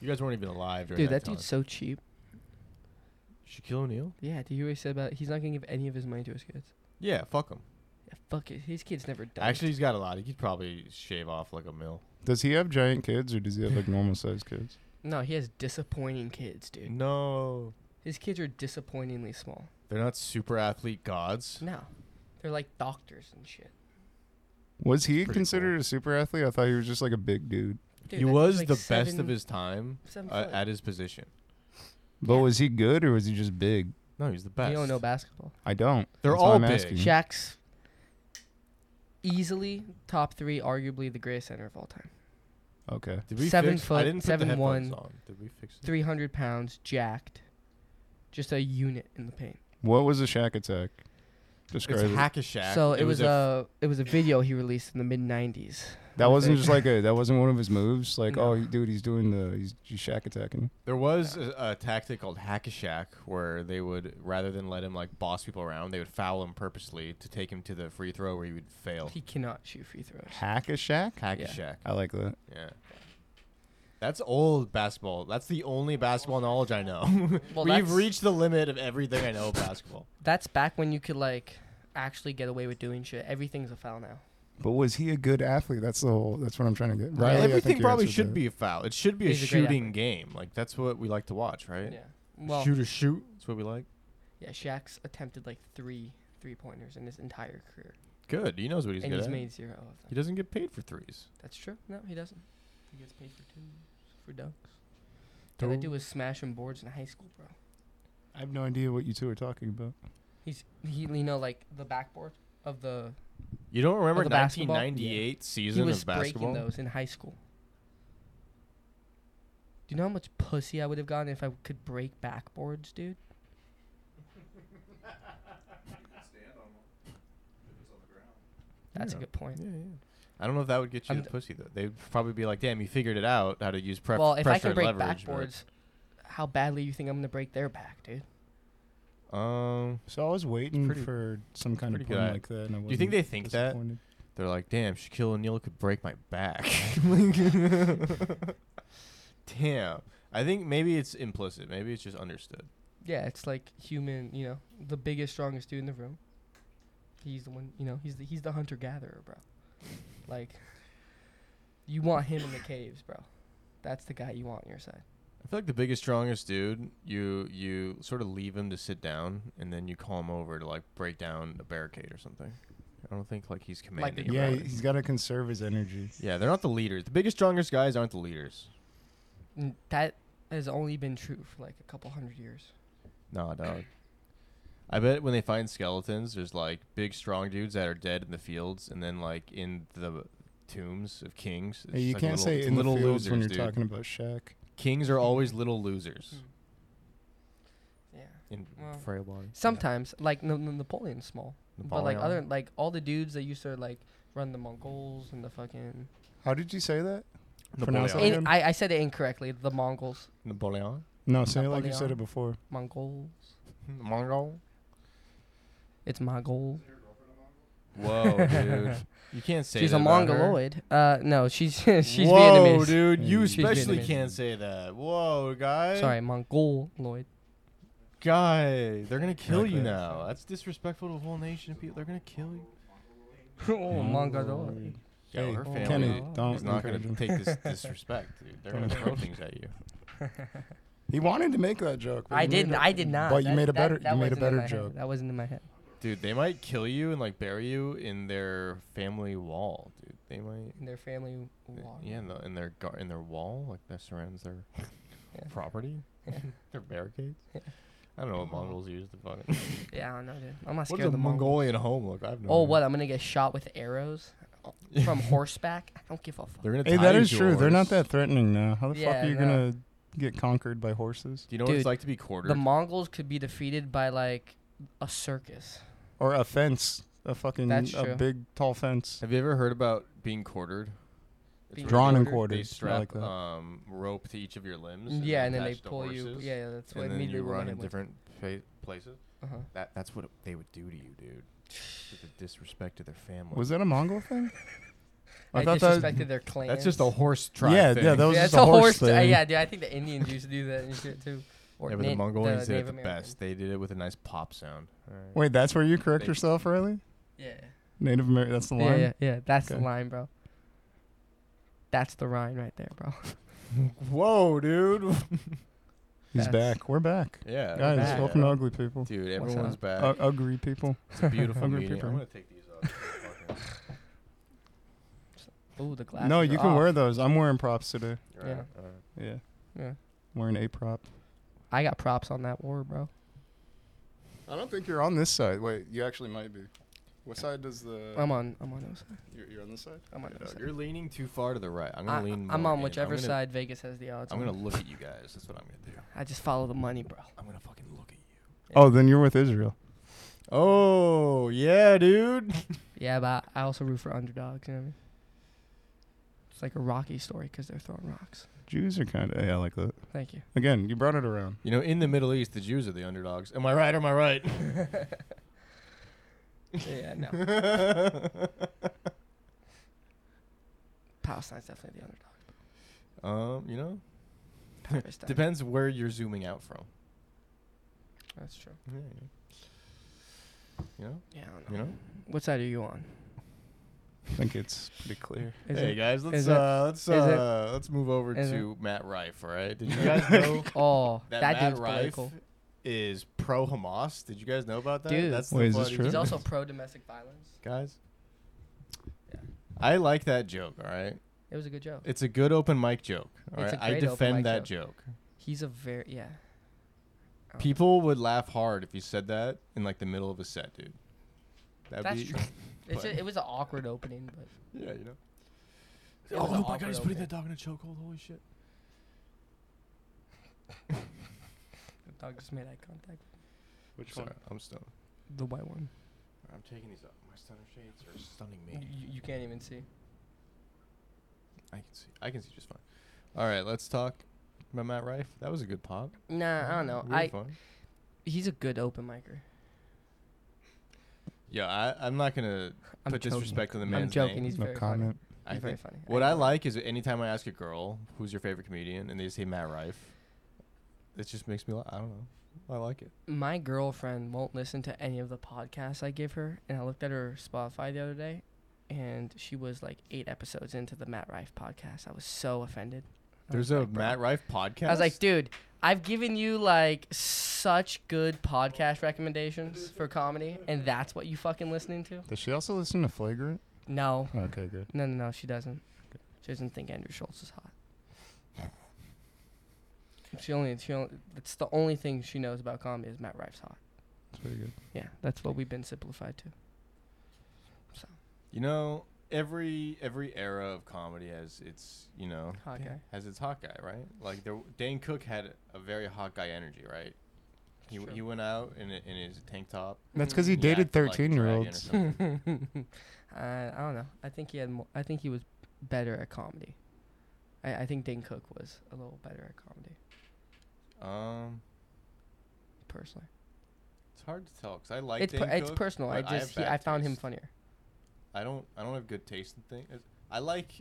You guys weren't even alive during Dude, that, that dude's time. so cheap. Shaquille O'Neal. Yeah, do you hear what he said about he's not gonna give any of his money to his kids? Yeah, fuck him. Yeah, fuck it. His kids never die. Actually, he's got a lot. He could probably shave off like a mill. Does he have giant kids or does he have like normal sized kids? no, he has disappointing kids, dude. No, His kids are disappointingly small. they're not super athlete gods. No, they're like doctors and shit. Was he Pretty considered a super athlete? I thought he was just like a big dude. he Dude, that dude's was like the best seven- of his time seven uh, foot. at his position. But Yeah. was he good or was he just big? No, he's the best. Mm-hmm. You don't know basketball. I don't. They're That's why all I'm big. asking. Mhm. Shaq's easily top three, arguably the greatest center of all time. Okay. Did we Seven fix? I foot, didn't seven put the headphones one. on. Did we fix? it? 300 pounds, jacked. Just a unit in the paint. What was a Shaq attack? Describe It's it. hack a shack. So it, was, a a it was a video he released in the mid 90s. That wasn't just like a. That wasn't one of his moves. Like, No. oh, he- dude, he's doing the. He's, he's Shaq attacking. There was a, a tactic called hack a shack where they would rather than let him like boss people around, they would foul him purposely to take him to the free throw where he would fail. He cannot shoot free throws. Hack a Shaq. Hack Yeah. a shack. I like that. Yeah. That's old basketball. That's the only basketball knowledge I know. Well, We've that's- reached the limit of everything I know of basketball. That's back when you could like actually get away with doing shit. Everything's a foul now. But was he a good athlete? That's the whole. That's what I'm trying to get. Riley, I think Everything you probably answered should that. be a foul. It should be a He's a great shooting athlete. game. Like that's what we like to watch, right? Yeah. Well, shoot or shoot. That's what we like. yeah, Shaq's attempted like three three pointers in his entire career, Good. He knows what he's and good he's at. made zero of He them. doesn't get paid for threes. That's true. No, he doesn't. He gets paid for two for dunks. All I do was smashing boards in high school, bro. I have no idea what you two are talking about. He's he, you know, like the backboard of the You don't remember the basketball? 1998 he season was of breaking basketball? those in high school. Do you know how much pussy I would have gotten if I could break backboards, dude? That's a Yeah. good point. Yeah, yeah. I don't know if that would get you I'm the d- pussy though. They'd probably be like, "Damn, you figured it out how to use pref- well, if I pressure can break leverage." but- backboards, how badly you think I'm gonna break their back, dude? um, So I was waiting pretty- for some kind of pretty pun good. like that. And I do you think wasn't they think that disappointed. they're like, "Damn, Shaquille O'Neal could break my back." Damn, I think maybe it's implicit. Maybe it's just understood. Yeah, it's like human. You know, the biggest, strongest dude in the room. He's the one. You know, he's the he's the hunter gatherer, bro. Like, you want him in the caves, bro. That's the guy you want on your side. I feel like the biggest, strongest dude, you you sort of leave him to sit down, and then you call him over to like break down a barricade or something. I don't think like he's Like the- commanding. Yeah, about it. he's got to conserve his energy. Yeah, they're not the leaders. The biggest, strongest guys aren't the leaders. And that has only been true for like a couple hundred years. No, dog. I bet when they find skeletons, there's like big, strong dudes that are dead in the fields, and then like in the tombs of kings. it's Hey, you just, like, can't little- say it's in little the fields losers, when you're dude. talking about Shaq. Kings are always little losers Yeah. in Well, frail bodies. Sometimes, like Na- Na- Napoleon's small, but like Napoleon. other like all the dudes that used to like run the Mongols and the fucking. How did you say that? pronounce Napoleon. it. In, I I said it incorrectly. The Mongols, Napoleon. No, say it like you said Napoleon. it before. Mongols. Hmm, Mongol. It's Mongol. Whoa, dude! You can't say She's that a about her. mongoloid. Uh, no, she's she's Whoa, Vietnamese. dude! You She's especially Vietnamese. can't say that. Whoa, guy! Sorry, mongoloid. guy! They're gonna kill you Okay. now. That's disrespectful to the whole nation of people. They're gonna kill you. oh, mongoloid. Yo, Hey, her family Kenny, don't is not going encourage to him. take this disrespect, dude. They're going to throw things at you. He wanted to make that joke. but I he made didn't. it- I did not. But you That- made a that- better. that you made a wasn't in better my head. joke. That wasn't in my head. Dude, they might kill you and like bury you in their family wall, dude. They might, In their family wall. yeah, in, the, in their gar- in their wall, like that surrounds their Yeah. property, Yeah. their barricades. I don't know what Mongols use to fucking. Yeah, I don't know, dude. I'm What not scared does of a the Mongols. Mongolian home look? I've no. Oh, idea. what? I'm gonna get shot with arrows from horseback? I don't give a fuck. They're gonna. Hey, tie that you is to a true. They're not horse. that threatening now. How the Yeah, fuck are you no. gonna get conquered by horses Do you know what Dude, it's like to be quartered? The Mongols could be defeated by like a circus. or a fence? A fucking That's a true. big tall fence, Have you ever heard about being quartered? It's Being where drawn and They quartered. They I strap like that. um, rope to each of your limbs. yeah, and then they attach to pull you. horses. Yeah, yeah, that's what and then immediately you what my run in head went different fa- places. to. Uh-huh. That that's what they would do to you, dude. With the disrespect to their family. Was that a Mongol thing? I, thought that- disrespected their clans. That's just a horse tribe. Yeah, thing. yeah, that was yeah, just it's a horse t- thing. yeah, dude, I think the Indians used to do that and shit too. Or Yeah, but Na- the Mongolians did it uh, Native the American. best. They did it with a nice pop sound. Alright. Wait, that's where you correct Thank you. yourself, Riley? Yeah. Native American. That's the Yeah, line. yeah, yeah. That's Okay. the line, bro. That's the line right there, bro. Whoa, dude. He's That's- back. We're back, yeah. guys. back. welcome to Ugly People. Dude, What's everyone's up? back. Uh, ugly people. it's a beautiful Hungry meeting. people. I'm gonna take these off. Ooh, the glasses. no, are you can off. wear those. I'm wearing props today. Alright, Yeah. alright. Yeah, Yeah. wearing a prop. I got props on that war, bro. I don't think you're on this side. Wait, you actually might be. What side does the? I'm on. I'm on those. You're, you're on this side. I'm on Your those. dog, You're leaning too far to the right. I'm gonna I, lean. I'm more on in. whichever I'm gonna- side Vegas has the odds. I'm on. gonna look at you guys. That's what I'm gonna do. I just follow the money, bro. I'm gonna fucking look at you. Oh, then you're with Israel. Oh yeah, dude. Yeah, but I also root for underdogs. You know what I mean? It's like a Rocky story because they're throwing rocks. Jews are kind of. Yeah, I like that. Thank you. Again, you brought it around. You know, in the Middle East, the Jews are the underdogs. Am I right? Am I right? yeah, no. Palestine's definitely the underdog. um, you know, Palestine. depends where you're zooming out from. That's true. Yeah, you know. Yeah, I don't You know. You know? What side are you on? I think it's pretty clear. Is hey it- guys, let's is it- uh, let's is it- uh, let's move over is it- to Matt Rife. All right. Did you guys know Oh, that, that, Matt dude's Rife political. is pro Hamas? Did you guys know about that? Dude. That's Wait, the is this funny- true? He's also pro domestic violence. guys. Yeah. I like that joke. All right, It was a good joke. it's a good open mic joke. All It's right, a I great open defend mic that joke. He's a very yeah. I don't know. People would laugh hard if you said that in like the middle of a set, dude. That'd That's be, true. It's but- a, it was an awkward opening, but Yeah, you know. Oh, It was an awkward opening. dog in a chokehold. Holy shit. The dog just made eye contact. Which Sorry, I'm stoned. The white one. I'm taking these off. My stunner shades are stunning You, me. you can't even see. I can see. I can see just fine. All right, let's talk about Matt Rife. That was a good pop. Nah, Uh, I don't know. Really I fun. he's a good open micer. Yeah, I, I'm not gonna I'm put joking. disrespect on the man's I'm joking. name. He's no very funny. comment. I He's think very funny. What I like is anytime I ask a girl who's your favorite comedian and they say Matt Rife, it just makes me laugh. I don't know. I like it. my girlfriend won't listen to any of the podcasts I give her, and I looked at her Spotify the other day, and she was like eight episodes into the Matt Rife podcast. I was so offended. I There's was a like, "Bro." Matt Rife podcast. I was like, dude, I've given you like such good podcast recommendations for comedy, and that's what you fucking listening to? Does she also listen to Flagrant? No, Okay, good. no, no, no. She doesn't. She doesn't think Andrew Schultz is hot. She only, she only, that's the only thing she knows about comedy is Matt Rife's hot. That's pretty good. Yeah, that's what we've been simplified to. you know, every every era of comedy has its you know Hot guy. has its hot guy, right? Like there, Dane Cook had a very hot guy energy, right? He, Sure. he went out in, a, in his tank top. That's because he and he dated acted like a dragon or 13-year-olds. something. I, Uh, I don't know. I think he had. Mo- I think he was better at comedy. I, I think Dane Cook was a little better at comedy, um, personally. it's hard to tell because I like it's Dane per- it's Cook, personal. I but I just have he, bad I found him taste. funnier. I don't I don't have good taste in things. I like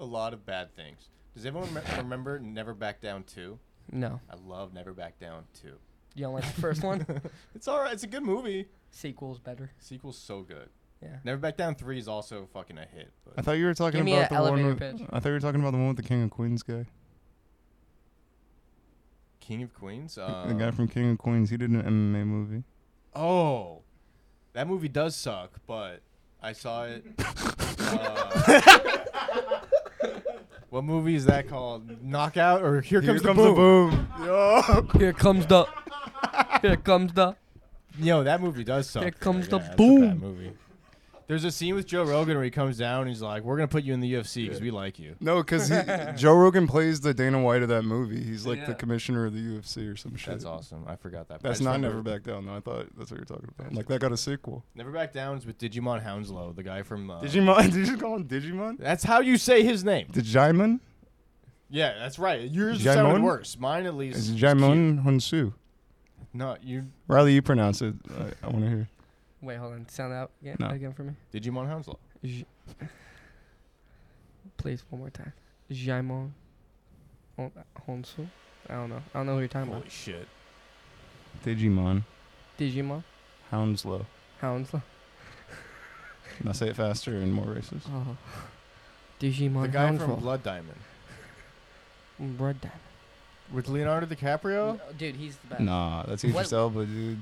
a lot of bad things. Does everyone rem- remember Never Back Down 2? No, I love Never Back Down 2. you don't like the first one. It's all right. It's a good movie. Sequel's better. Sequel's so good. Yeah. Never Back Down 3 is also fucking a hit. But I thought you were talking Give me about a the one. elevator With, pitch. I thought you were talking about the one with the King of Queens guy. King of Queens? the Um, guy from King of Queens. He did an MMA movie. oh. That movie does suck, but I saw it. uh, what movie is that called? Knockout or Here, Comes, the Boom? boom. Here comes the. Here comes the. Yo, that movie does suck. Here though. comes the Yeah, that's a boom. bad movie. There's a scene with Joe Rogan where he comes down and he's like, "We're gonna put you in the UFC because we like you." No, because Joe Rogan plays the Dana White of that movie. He's like the Yeah. commissioner of the UFC or some shit. That's awesome. I forgot that. That's I just not remember- Never Back Down, though. I thought that's what you're talking about. Like, that got a sequel. Never Back Down's with Digimon Hounslow, the guy from. Uh, Digimon? Did you call him Digimon? That's how you say his name. Digimon? Yeah, that's right. Yours sounded Jaimon? worse. Mine at least. It's is cute. Jaimon Hunsu. No, you Riley, you pronounce it. I, I want to hear. Wait, hold on. Sound out again, No. again for me. Digimon Hounslow. please, one more time. Jaimon Hon- Honsu? I don't know. I don't know who you're talking about. Holy shit. Digimon. Digimon? Houndslow. Houndslow? Now say it faster and more racist. Uh-huh. Oh. Digimon Mm, The guy Hounslow. from Blood Diamond Blood Diamond. with Leonardo DiCaprio. Dude, he's the best. Nah, that's What- Idris Elba, dude.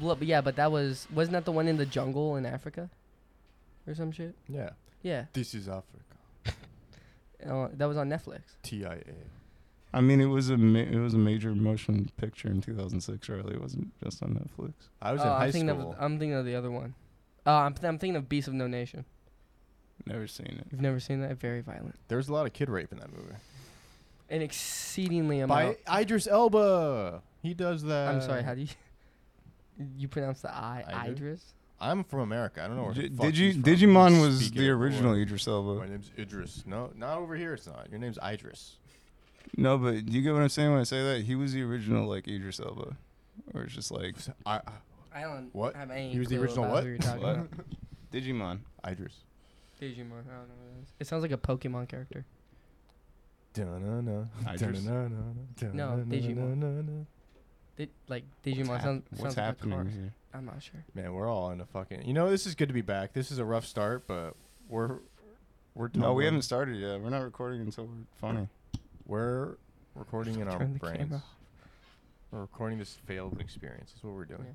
Blo- but yeah, but that was wasn't that the one in the jungle in Africa, or some shit? Yeah. Yeah, This is Africa. uh, that was on Netflix. TIA. I mean, it was a ma- it was a major motion picture in 2006. Really, it wasn't just on Netflix. I was Oh, in high I'm thinking school. Of, I'm thinking of the other one. Uh, I'm, th- I'm thinking of Beast of No Nation. Never seen it. You've never seen that? Very violent. there was a lot of kid rape in that movie. An exceedingly amount. By Idris Elba. He does that. I'm sorry. How do you you pronounce the I? Idris? Idris. I'm from America. I don't know where. J- the fuck Digi- he's from. Digimon He's was speaking the it. original Idris My Elba. name's Idris. No, not over here. It's not. Your name's Idris. No, but you get what I'm saying when I say that. He was the original like Idris Elba, or it's just like I, I don't What? have any. He was the clue original about what? who you're talking What? about. Digimon. Idris. Digimon. I don't know. What that is. It sounds like a Pokemon character. Dun-na-na, Idris? dun-na-na-na, No, Digimon. dun-na-na-na. Di- like Digimon sounds, sounds What's like a car. happening here? I'm not sure. Man, we're all in a fucking. You know, this is good to be back. This is a rough start, but we're we're No, we tumbling. haven't started yet. We're not recording until we're funny. We're recording in our Turn the brains. camera We're recording this failed experience. That's what we're doing. Yeah.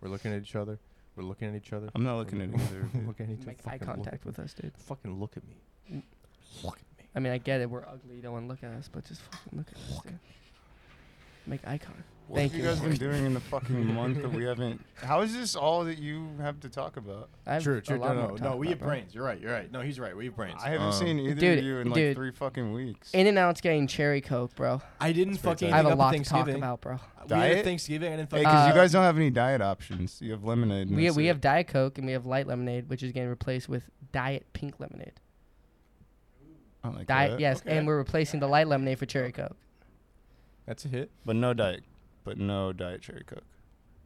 We're looking at each other. We're looking at each other. I'm not looking at either. We're looking at each other. Make eye Fucking look contact at me. with us, dude. Fucking look at me. Mm. Look at me. I mean, I get it. We're ugly. You don't want to look at us, but just fucking look at us. Dude. Make icon. What Thank have you you. guys been doing in the fucking month that we haven't? How is this all that you have to talk about? I have True, a true. lot No, no, more to no. talk We about, have bro. brains. You're right. You're right. No, he's right. We have brains. I haven't Um, seen either Dude, of you in like dude. three fucking weeks. In and out's getting cherry coke, bro. I didn't It's very fucking. tight. I have think a up lot to talk Thanksgiving. about, bro. We had Diet? Thanksgiving. I didn't Hey, fucking. because Uh, you guys don't have any diet options. You have lemonade. And We that's we it. have diet coke and we have light lemonade, which is getting replaced with diet pink lemonade. I don't like Diet, that. yes, Okay. and we're replacing the light lemonade for cherry coke. That's a hit. but no diet, but no diet cherry coke.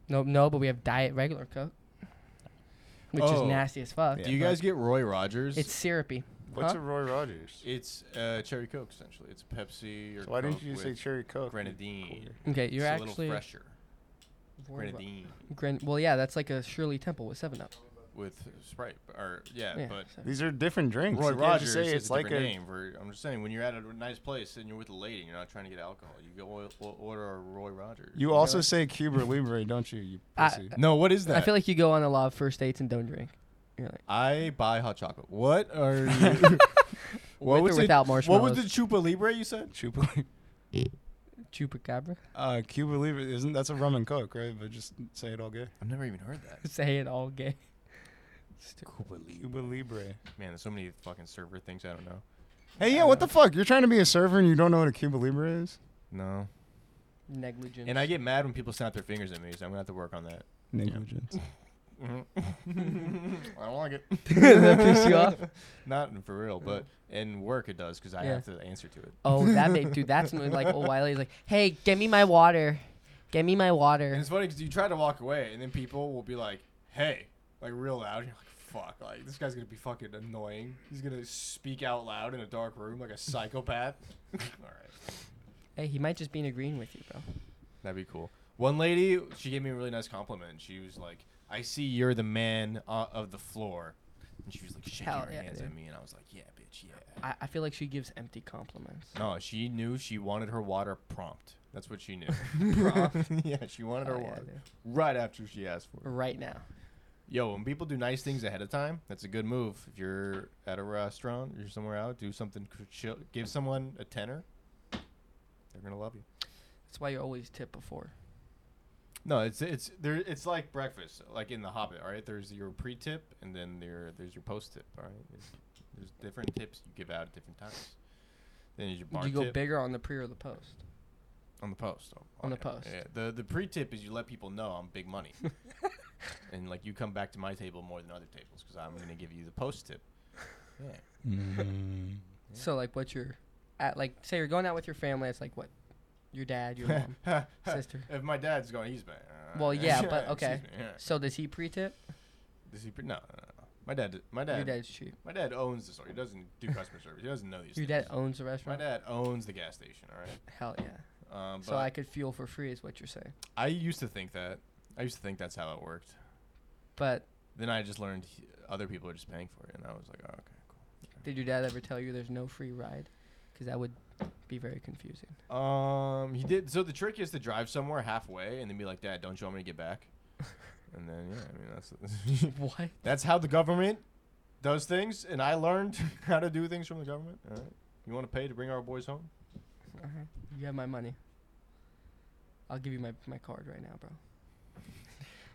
No, no, but we have diet regular coke, which is Oh. nasty as fuck. Yeah. Do you guys get Roy Rogers? It's syrupy. What's Huh? a Roy Rogers? it's uh, cherry coke essentially. It's Pepsi or. So why didn't Coke you say with cherry coke? Grenadine. Okay, you're it's a little actually. fresher. worried about- Grenadine Gran- well, yeah, that's like a Shirley Temple with Seven Up. with Sprite or yeah, Yeah, but. so- These are different drinks. Roy You can't Rogers just say is it's a like different a name for. I'm just saying, when you're at a nice place and you're with a lady, you're not trying to get alcohol. You go o- o- order a Roy Rogers. You also say Cuba Libre, don't you? You I- pussy. no, what is that? I feel like you go on a lot of first dates and don't drink. You're like, I buy hot chocolate. What are you? what with was or it- without What marshmallows. was the chupa libre you said? Cuba, chupacabra? uh, Cuba Libre isn't that's a rum and coke, right? But just say it all gay. I've never even heard that. Say it all gay. Cuba libre. Cuba Libre. Man, there's so many fucking server things I don't know. Hey, yeah, what the fuck? You're trying to be a server and you don't know what a Cuba Libre is? No. Negligence. And I get mad when people snap their fingers at me, so I'm gonna have to work on that. Negligence. I don't like it. that piss you off. Mm-hmm. Not in- for real, but in work it does because I Yeah. have to answer to it. Oh, that made dude. That's when, like old Wiley's like, hey, get me my water, get me my And water. it's funny because you try to walk away, and then people will be like, "Hey," like real loud. And you're like, "Fuck!" Like this guy's gonna be fucking annoying. He's gonna speak out loud in a dark room like a psychopath. All right. Hey, he might just be in agreeing with you, bro. That'd be cool. One lady, she gave me a really nice compliment. She was like, "I see you're the man uh, of the floor," and she was like shaking Hell her yeah, hands dude. at me, and I was like, "Yeah, bitch, yeah." I, I feel like she gives empty compliments. No, she knew she wanted her water prompt. That's what she knew. yeah, she wanted her Oh, yeah, water dude. right after she asked for it. Right now, Yo, when people do nice things ahead of time, that's a good move. If you're at a restaurant, you're somewhere out, do something cr- chill. Give someone a tenner. They're gonna love you. that's why you always tip before. No, it's it's there. It's like breakfast, like in The Hobbit. All right, there's your pre-tip, and then there there's your post-tip. All right, there's, there's different tips you give out at different times. Then there's your bar Do you go tip bigger on the pre or the post? on the post. Oh, On the yeah, post. yeah. The the pre-tip is you let people know I'm big money, and like you come back to my table more than other tables because I'm gonna give you the post-tip. Yeah, Mm. So like, what's your, at like, say you're going out with your family. It's like what, your dad, your mom, sister. if my dad's going, he's been. uh, Well, yeah, but excuse okay. me, yeah. So does he pre tip? Does he? Pre- no, no, no, no. My dad. My Your dad. dad's cheap. My dad owns the store. He doesn't do customer service. He doesn't know these. Your things. dad owns the My restaurant. dad owns the gas station. All right. Hell yeah. Um, but So I could fuel for free is what you're saying. I used to think that. I used to think that's how it worked. But Then I just learned he- other people are just paying for it, and I was like, oh, okay, cool. did your dad ever tell you there's no free ride? Because that would be very confusing. Um, he did. So the trick is to drive somewhere halfway and then be like, "Dad, don't you want me to get back?" And then yeah, I mean that's what? that's how the government does things, and I learned how to do things from the government. All right, you want to pay to bring our boys home? Uh-huh. You have my money. I'll give you my, my card right now, bro.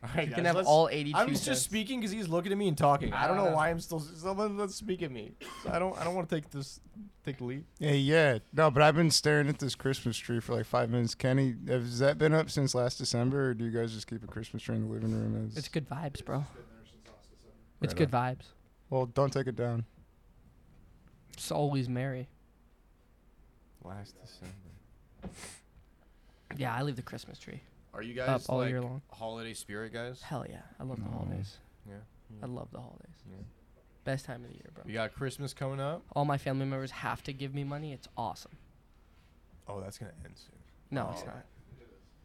All right, You guys, can have let's- all 82 I'm cents. just speaking because he's looking at me and talking. I don't Ah. know why I'm still. Someone let's speak at me. So I don't. I don't want to take this. Take the lead. Yeah, yeah. No, but I've been staring at this Christmas tree for like five minutes. Kenny, has that been up since last December, or do you guys just keep a Christmas tree in the living room? As, It's good vibes, bro. It's It's good good vibes. well, don't take it down. It's always merry. Last December. Yeah, I leave the Christmas tree Are you up guys all like year long. holiday spirit guys? Hell yeah. I love the No. holidays. Yeah. I love the holidays. yeah. Best time of the year, bro. We got Christmas coming up. All my family members have to give me money. It's awesome. Oh, that's gonna end soon. No, Oh. it's not.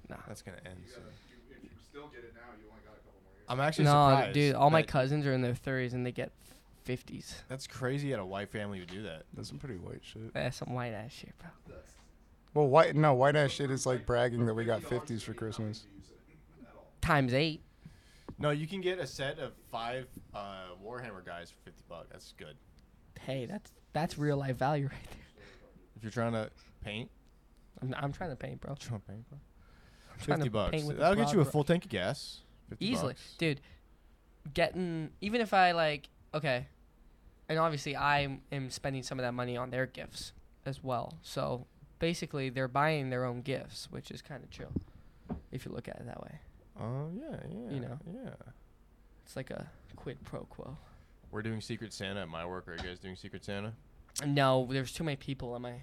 Nah. That's gonna end soon. If you still get it now, you only got a couple more years. I'm actually No, surprised. dude, all my that- cousins are in their 30s and they get 50s. That's crazy that a white family would do that. That's some pretty white shit. That's Eh, some white ass shit, bro. Well, white no, white ass shit is like bragging that we got 50s for Christmas. Times eight. No, you can get a set of five uh, Warhammer guys for fifty bucks. That's good. Hey, that's that's real life value right there. If you're trying to paint, I'm, I'm trying to paint, bro. trying to paint, bro. I'm trying Fifty to bucks. paint with That'll get this rod, you a bro. full tank of gas. 50 easily, bucks. dude. Getting even if I like okay, and obviously I am spending some of that money on their gifts as well. So basically, they're buying their own gifts, which is kind of chill if you look at it that way. Oh yeah, yeah. You know. Yeah. It's like a quid pro quo. We're doing Secret Santa at my work. Are you guys doing Secret Santa? No, there's too many people on my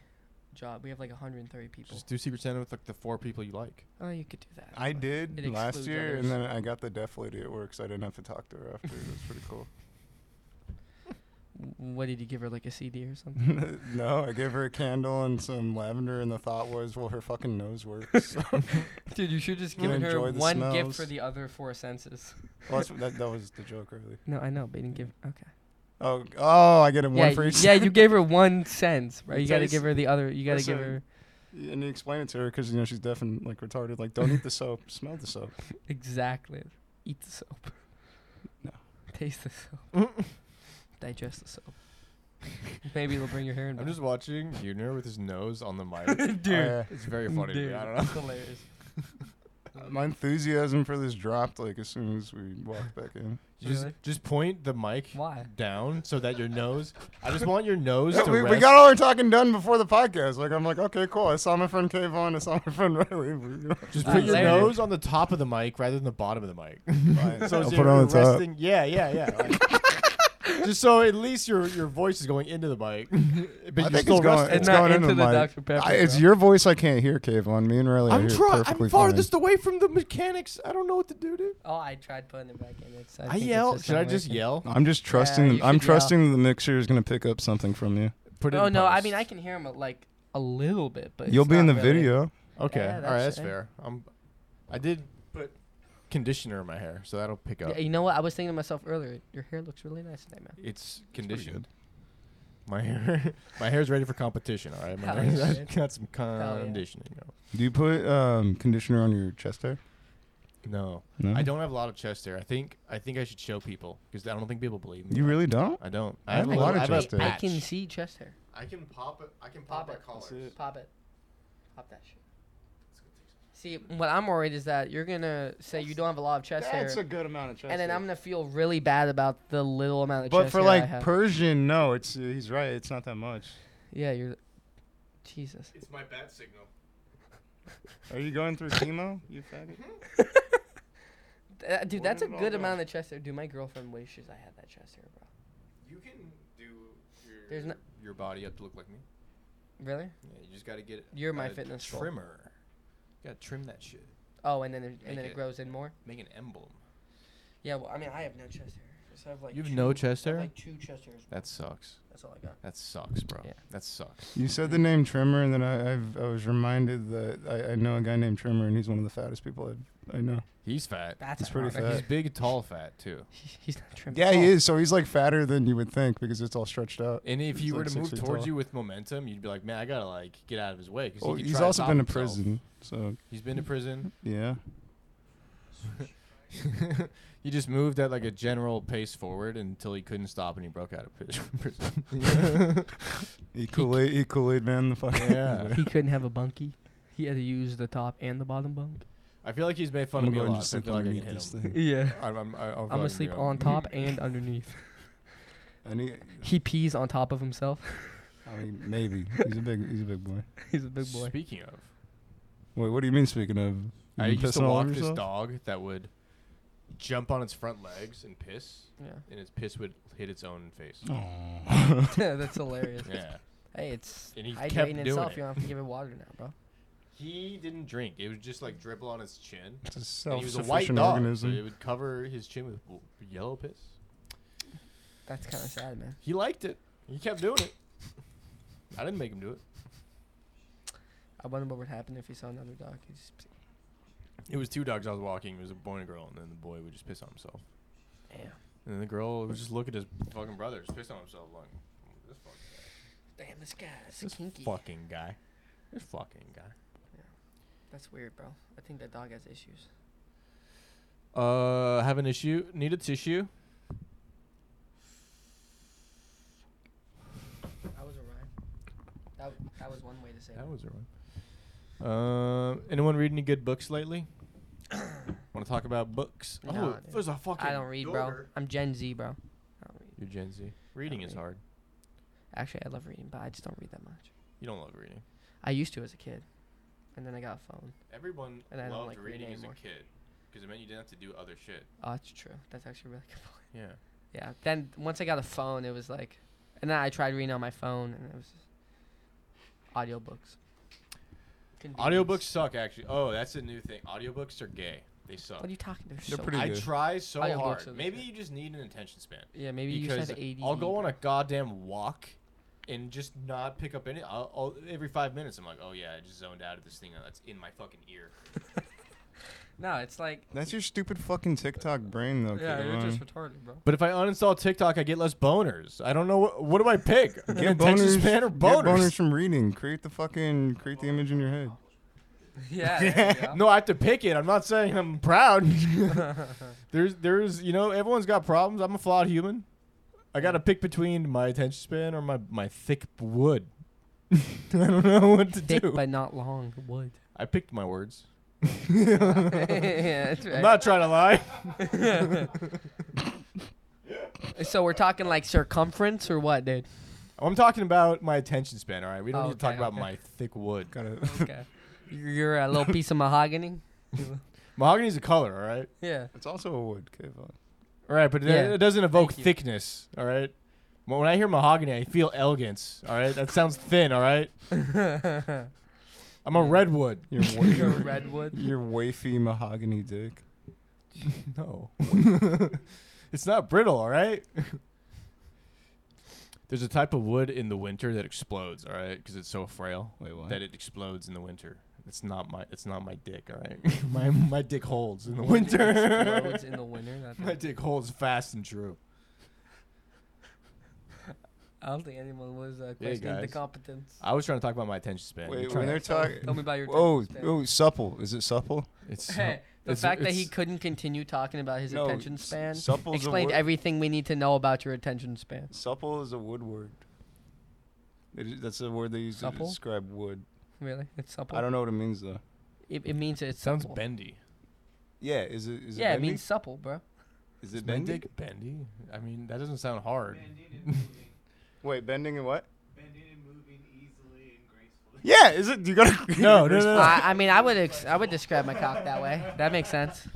job. We have like 130 people. Just do Secret Santa with like the four people you like. oh, you could do that. I but- did It last excludes year, others. and then I got the deaf lady at work, so I didn't have to talk to her after. It was pretty cool. W- What did you give her like a CD or something? no, I gave her a candle and some lavender, and the thought was, well, her fucking nose works. So- Dude, you should just You give her enjoy the one gift smells. for the other four senses. well, that's, that, that was the joke, really. No, I know, but you didn't give. Okay. Oh, oh, I get him yeah, one for y- each. yeah, you gave her one sense, right? It You gotta tastes- give her the other. You gotta give listen. her And you explain it to her because you know she's deaf and like retarded. Like, don't eat the soap. Smell the soap. exactly. Eat the soap. No. Taste the soap. Digest the soap. Maybe it'll bring your hair in. I'm back. just Oh, watching Junior with his nose on the mic. Dude. I, It's very funny. to me. Dude, I don't know. It's hilarious. uh, my enthusiasm for this dropped like as soon as we walked back in. You Just, Really? just point the mic Why? down so that your nose. I just want your nose to we, rest. we got all our talking done before the podcast. Like, I'm like, okay, cool. I saw my friend Kayvon. I saw my friend Riley. We- just Ah, put your later. nose on the top of the mic rather than the bottom of the mic. Fine. so I'll it's put it on the top. resting. Yeah, yeah, yeah. like- just so at least your your voice is going into the mic, but I you're still think it's going. resting. It's Not going into into the my- Dr. Pepper, I, it's bro. your voice I can't hear, Kayvon. Me and Riley. I'm are try. Perfectly I'm farthest away from the mechanics. I don't know what to do, dude. Oh, I tried putting it back in. It's, I, I, think it's yell. just Should I just somewhere. yell? Fine. I'm just trusting. you should I'm yell. trusting that the mixer is gonna pick up something from you. Put it. Oh in no, I post. mean I can hear him like a little bit, but You'll it's be in the not really- video. Okay. Yeah, All right. that's- That's fair. I'm. I did put conditioner in my hair, so that'll pick up. Yeah, you know what? I was thinking to myself earlier. Your hair looks really nice today, man. It's conditioned. My hair, my hair's ready for competition. All right, my Hell hair's yeah, dude. got some yeah. conditioning. Do you put um, conditioner on your chest hair? No, No. I don't have a lot of chest hair. I think I think I should show people because I don't think people believe me. You really don't? I don't. I have a little- lot of I have chest hair. I patch. can see chest hair. I can pop it. I can Pop my it. collars. Pop it. Pop that shit. See, what I'm worried is that you're gonna say you don't have a lot of chest hair, good amount of chest and then I'm gonna feel really bad about the little amount of But chest for hair I like have. Persian, no, it's uh, he's right. It's not that much. yeah, you're. Jesus. It's my bat signal. Are you going through chemo? You faggot. Mm-hmm. Th- uh, dude, Where that's a did it all good go? amount of chest hair. Dude, my girlfriend wishes I had that chest hair, bro. You can do your There's no- your body up to look like me. Really? Yeah, you just got to get. You're my a fitness goal. trimmer. You got to trim that shit. Oh, and then it, and then Make it it- grows in more. Make an emblem. Yeah, well, I mean, I have no chest hair. So I have like You have two- no I chest hair? Like two chest hairs. That sucks. That's all I got. That sucks, bro. Yeah. That sucks. You said the name Trimmer, and then I I've, I was reminded that I, I know a guy named Trimmer, and he's one of the fattest people I've, I know. He's fat. That's It's pretty ironic. He's fat. big, tall, fat too. He- He's not trimmed. Yeah, at he all. is. So he's like fatter than you would think because it's all stretched out. Oh. And if He's you were like to six move feet towards tall. you with momentum, you'd be like, man, I gotta like get out of his way. 'cause he Oh, could he's try to also stop been to himself. prison. So He's been to prison. yeah, he just moved at like a general pace forward until he couldn't stop and he broke out of pri- prison. he Kool Aid, he Kool Aid man, the fucking. yeah. He couldn't have a bunkie. He had to use the top and the bottom bunk. I feel like he's made fun I'm of me a gonna go and lot. just so I sleep feel like I can underneath hit this him. thing. Yeah. I'm, I'm, I- I'll I'm fucking gonna sleep go. on top and underneath. And he, He pees on top of himself. I mean, maybe he's a big, he's a big boy. He's a big boy. Speaking of, Wait, what do you mean? Speaking of, You I been used to pissing all walk over this yourself? dog that would jump on its front legs and piss, Yeah. and its piss would hit its own face. Oh. Aw. That's hilarious. yeah. Hey, it's And he kept hydrating doing itself. it. You don't have to give it water now, bro. He didn't drink. It would just like dribble on his chin. It's a And he was a white self-sufficient dog, organism. so it would cover his chin with w- yellow piss. That's kind of sad, man. He liked it. He kept doing it. I didn't make him do it. I wonder what would happen if he saw another dog. He just, It was two dogs I was walking. It was a boy and a girl, and then the boy would just piss on himself, damn, and then the girl would just look at his fucking brother, just piss on himself, like this fucking damn, this guy is This kinky. fucking guy, this fucking guy. That's weird, bro. I think that dog has issues. Uh, have an issue? Need a tissue? That was a rhyme. That that was one way to say That was a one. Um, anyone read any good books lately? Want to talk about books? No, oh, dude. there's a fucking. I don't read, bro. door. I'm Gen Z, bro. I don't read. You're Gen Z. Reading is read. hard. Actually, I love reading, but I just don't read that much. You don't love reading. I used to as a kid, and then I got a phone. Everyone And I don't loved like reading reading, as anymore. a kid because it meant you didn't have to do other shit. Oh, that's true. That's actually a really good point. Yeah. Yeah. Then once I got a phone, it was like, and then I tried reading on my phone, and it was just audiobooks. Audiobooks Convenience. suck, actually. Oh, that's a new thing. Audiobooks are gay. They suck. What are you talking? They're, They're so pretty- I good. try so Audiobooks are the hard. Maybe shit. you just need an attention span. Yeah, maybe you because just have ADD. I'll go on bro. a goddamn walk and just not pick up any. I'll, I'll, every five minutes, I'm like, oh yeah, I just zoned out of this thing that's in my fucking ear. No, it's like That's your stupid fucking TikTok brain, though. yeah, kid, you're huh? just retarded, bro. But if I uninstall TikTok, I get less boners. I don't know what. What do I pick? An Get attention boners, span or get boners? boners from reading. Create the fucking create the image in your head. yeah. there you go. No, I have to pick it. I'm not saying I'm proud. there's, there's, you know, everyone's got problems. I'm a flawed human. I got to pick between my attention span or my my thick wood. I don't know what to Thick do. but not long wood. I picked my words. yeah, that's I'm right. not trying to lie. so we're talking like circumference or what, dude? I'm talking about my attention span. All right, we don't Oh, need to talk okay, about okay. my thick wood. Gotta Okay. You're a little piece of mahogany. Mahogany's a color. All right. Yeah. It's also a wood. Okay, fine. All right, but Yeah. it, it doesn't evoke Thank you. thickness. All right. When I hear mahogany, I feel elegance. All right. That sounds thin. All right. I'm a redwood. Your wa- You're a your, redwood. your wafy mahogany dick. No. it's not brittle, all right? There's a type of wood in the winter that explodes, all right? Because it's so frail Wait, what? that it explodes in the winter. It's not my it's not my dick, all right? my my dick holds in the winter. Explodes in the winter. that's my it. dick holds fast and true. I don't think anyone was uh, Yeah, questioning the guys. competence. I was trying to talk about my attention span. Wait, You're when trying- they're talking. Tell me about your. Oh, attention span. oh, supple. Is it supple? it's Hey, the oh, it's- fact that he it's- couldn't continue talking about his No, attention s- span supple's a explained word- everything we need to know about your attention span. Supple is a wood word. It is- that's the word they use Supple? to describe wood. Really, it's supple. I don't know what it means though. It, it means it's sounds supple. bendy. Yeah, is it? Is it yeah, it bendy? means supple, bro. Is Is it my bendy? dick bendy? I mean, that doesn't sound hard. Bending and moving. Wait, bending and what? Bending and moving easily and gracefully. Yeah, is it? You gotta. No, no, no, no. I, I mean, I would ex- I would describe my cock that way. That makes sense.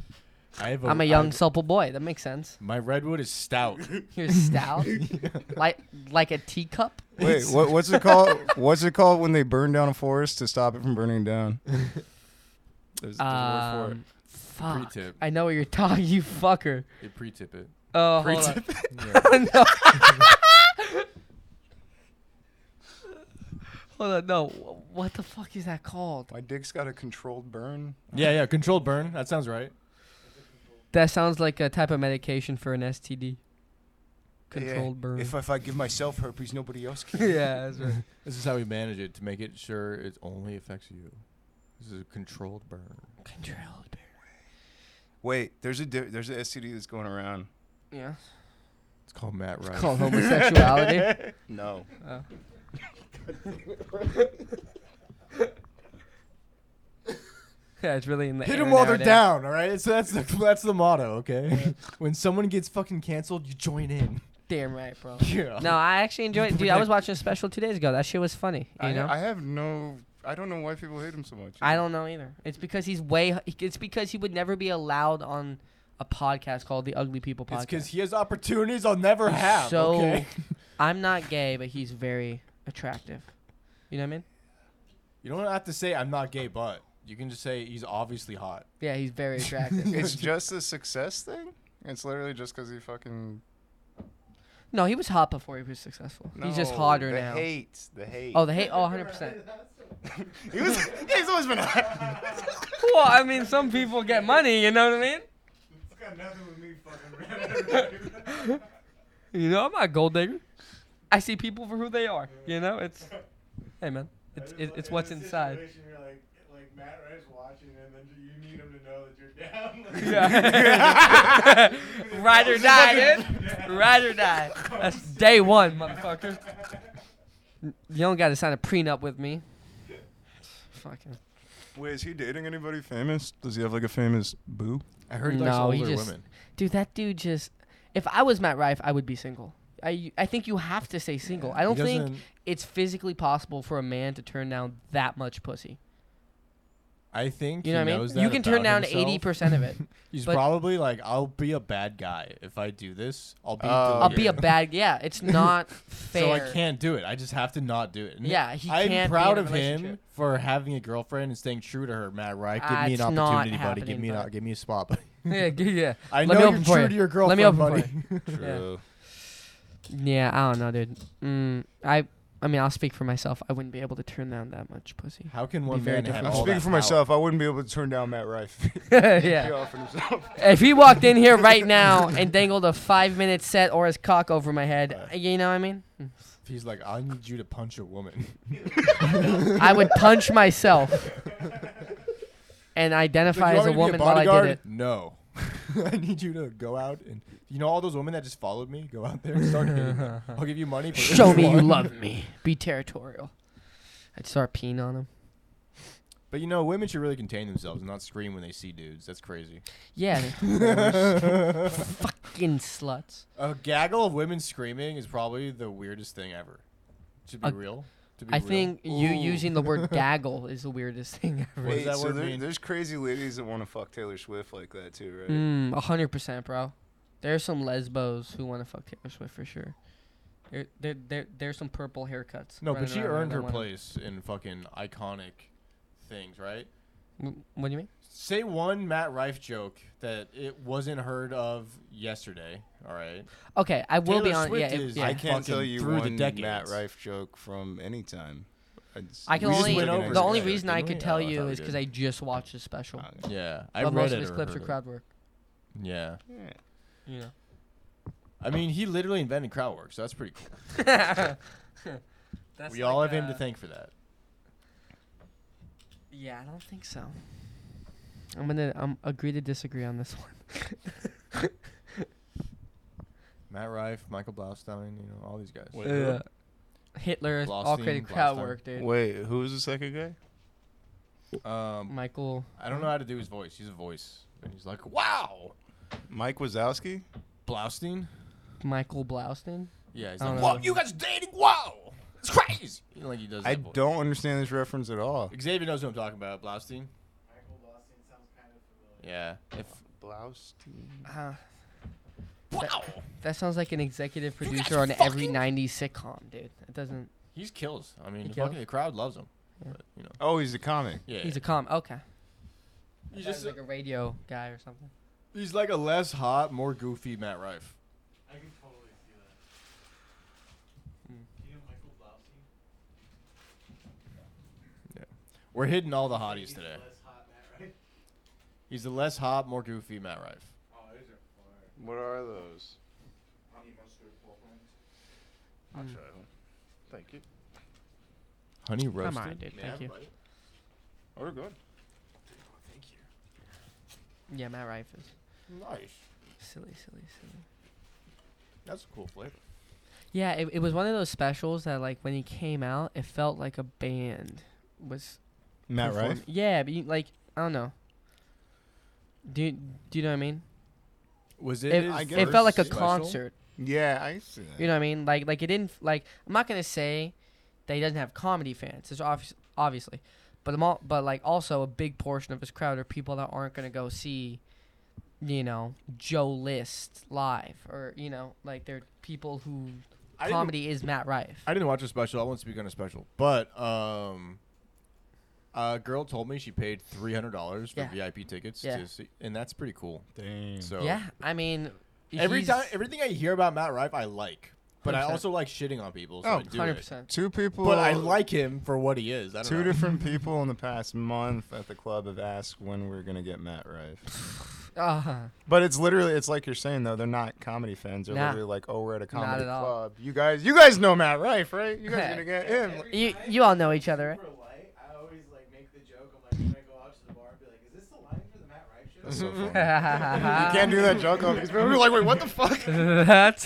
I have I'm a young I've- supple boy. That makes sense. my redwood is stout. You're stout, like like a teacup. Wait, what, what's it called? what's it called when they burn down a forest to stop it from burning down? There's, there's a word for it. Um, fuck. Pre-tip. I know what you're talking. You fucker. They pre-tip it. Oh, Free hold tip. on. no. hold on. No. wh- What the fuck is that called? My dick's got a controlled burn. Yeah, yeah, controlled burn. That sounds right. That sounds like a type of medication for an STD. Controlled burn. If, if I give myself herpes, nobody else can. yeah, that's right. This is how we manage it to make it sure it only affects you. This is a controlled burn. Controlled burn. Wait, there's a di- there's a STD that's going around. Yeah. It's called Matt Rife. It's called homosexuality. No. Oh. yeah, it's really in the Hit air them while they're nowadays. down, all right? So that's the that's the motto, okay? when someone gets fucking canceled, you join in. Damn right, bro. Yeah. No, I actually enjoyed, dude. I was watching a special two days ago. That shit was funny. You I, know, I have no. I don't know why people hate him so much. I don't know either. It's because he's way. It's because he would never be allowed on a podcast called the Ugly People It's Podcast. because he has opportunities I'll never have. So- okay? I'm not gay, but he's very attractive. You know what I mean? You don't have to say I'm not gay, but you can just say he's obviously hot. Yeah, he's very attractive. It's just a success thing. It's literally just because he fucking. no, he was hot before he was successful. he's just No, hotter the now. Hate the hate. Oh, the hate. Oh, 100 percent. he was. yeah, he's always been hot. Well, I mean, some people get money. You know what I mean? It's got nothing with me fucking You know, I'm not a gold digger. I see people for who they are. You know, it's. Hey, man. It's, it, it's what's inside. You're like, like Matt Rice watching, and then you need him to know that you're Yeah. down. Ride or die, dude. Yeah. Ride or die. That's day one, motherfucker. You don't got to sign a prenup with me. Fucking. Wait, is he dating anybody famous? Does he have like a famous boo? I heard he he likes likes No, older he older just- women. women. Dude, that dude just. If I was Matt Rife, I would be single. I, I think you have to say single. I don't think it's physically possible for a man to turn down that much pussy. I think You know he what I knows mean? You that can turn about down himself. eighty percent of it. He's but- probably like, I'll be a bad guy if I do this. I'll be. Oh, I'll be a delirious." bad. Yeah, it's not fair. So I can't do it. I just have to not do it. And Yeah, he I'm can't be proud in a of him relationship. for having a girlfriend and staying true to her, Matt. Right? Give Ah, me it's an not opportunity, buddy. happening, Give me an, bud. o- give me a spot. buddy. Yeah, g- yeah. I Let me know open you're for true you. to your girlfriend, Let me open for buddy. True. Yeah, I don't know, dude. Mm, I, I mean, I'll speak for myself. I wouldn't be able to turn down that much pussy. How can Be one very man have different. I'm all speaking that for power? myself. I wouldn't be able to turn down Matt Rife. yeah. If he walked in here right now and dangled a five-minute set or his cock over my head, Right. you know what I mean? If He's like, I need you to punch a woman. I would punch myself and Like, identify you as a want me to woman be while I bodyguard? did it. No. I need you to go out and you know all those women that just followed me. Go out there and start hitting them. I'll give you money. For each Show me you one. love me. Be territorial. I'd start peeing on him. But you know, women should really contain themselves and not scream when they see dudes. That's crazy. Yeah, they're fucking sluts. A gaggle of women screaming is probably the weirdest thing ever. To be A- real. To be I real. think you Ooh. using the word gaggle is the weirdest thing ever. What does that so word there- mean? there's crazy ladies that want to fuck Taylor Swift like that too, right? Mm, a hundred percent, bro. There's some lesbos who want to fuck Taylor Swift for sure. There, there, there, there's some purple haircuts. No, but running she around earned that her wanna- place in fucking iconic things, right? W- What do you mean? Say one Matt Rife joke that it wasn't heard of yesterday. All right. Okay, I will be Taylor on. Swift yeah, it- is- yeah. I can't tell Fucking you through the one Matt decades. Rife joke from any time. It's- I can we just only. went over The this only earlier, reason I didn't we? could tell Oh, I thought you we is because did. I just watched a special. Oh, Yeah, I But read most it of his or clips are heard it. crowd work. Yeah, Yeah. You know. I mean, he literally invented crowd work, so that's pretty cool. That's we all like, have him to uh, thank for that. Yeah, I don't think so. I'm gonna um, agree to disagree on this one. Matt Rife, Michael Blaustein, you know, all these guys. Wait, who? Uh, Hitler all Blaustein, created crowd Blaustein. work, dude. Wait, who was the second guy? Um, Michael. I don't know how to do his voice. He's a voice, and he's like, "Wow, Mike Wazowski. Blaustein." Michael Blaustein. Yeah, he's I don't like, know. "Wow, you guys are dating? Wow, it's crazy." You know, like he does. I that voice. don't understand this reference at all. Xavier knows who I'm talking about. Blaustein. Michael Boston sounds kind of familiar. Yeah. If Blaustein. Uh, wow, that sounds like an executive guys producer on every fucking- '90s sitcom, dude. It doesn't. he's kills. I mean, He the kills? fucking the crowd loves him. Yeah. But, you know, Oh, he's a comic. yeah. He's a com. Okay. he's He's just like a radio guy or something. he's like a less hot, more goofy Matt Rife. I can totally see that. Mm. You know Michael Blousey? We're hitting all the He's hotties the today. less hot Matt Rife. He's the less hot, more goofy Matt Rife. Oh, these are fire. What are those? Honey mustard waffles. I'll Mm. try them. Thank you. Honey Come roasted. on, dude. Thank you. Oh, they're good. Thank you. Yeah, Matt Rife is Nice. silly, silly, silly. That's a cool flavor. Yeah, it, it was one of those specials that like when he came out, it felt like a band was Matt perform- Rife. Yeah, but you, like I don't know. Do you, do you know what I mean? Was It, I it guess felt like a special? concert. Yeah, I see that. You know what I mean? Like like it didn't f- like I'm not gonna say that he doesn't have comedy fans. There's obvious, obviously, but I'm all, but like also a big portion of his crowd are people that aren't gonna go see, you know, Joe List live or you know like they're people who I didn't- comedy is Matt Rife. I didn't watch a special. I won't speak on a special. But um, a girl told me she paid three hundred dollars for Yeah. VIP tickets Yeah. to see, and that's pretty cool. Damn. So yeah, I mean every he's- time everything I hear about Matt Rife, I like, but I 100%. also like shitting on people. So Oh, I do hundred it. percent. two people. But I like him for what he is. I don't two know. different people in the past month at the club have asked when we're gonna get Matt Rife. Uh-huh. But it's literally, it's like you're saying though, they're not comedy fans. They're Nah. literally like, oh, we're at a Not comedy at all. club. You guys, you guys know Matt Rife, right? You guys gonna get him. Every You- time you all it's know each other, right? Super light. I always like make the joke. I'm like, when I go out to the bar, and be like, "Is this the line for the Matt Rife show?" That's so funny. you That's can't do that joke on these people. We're like, wait, what the fuck?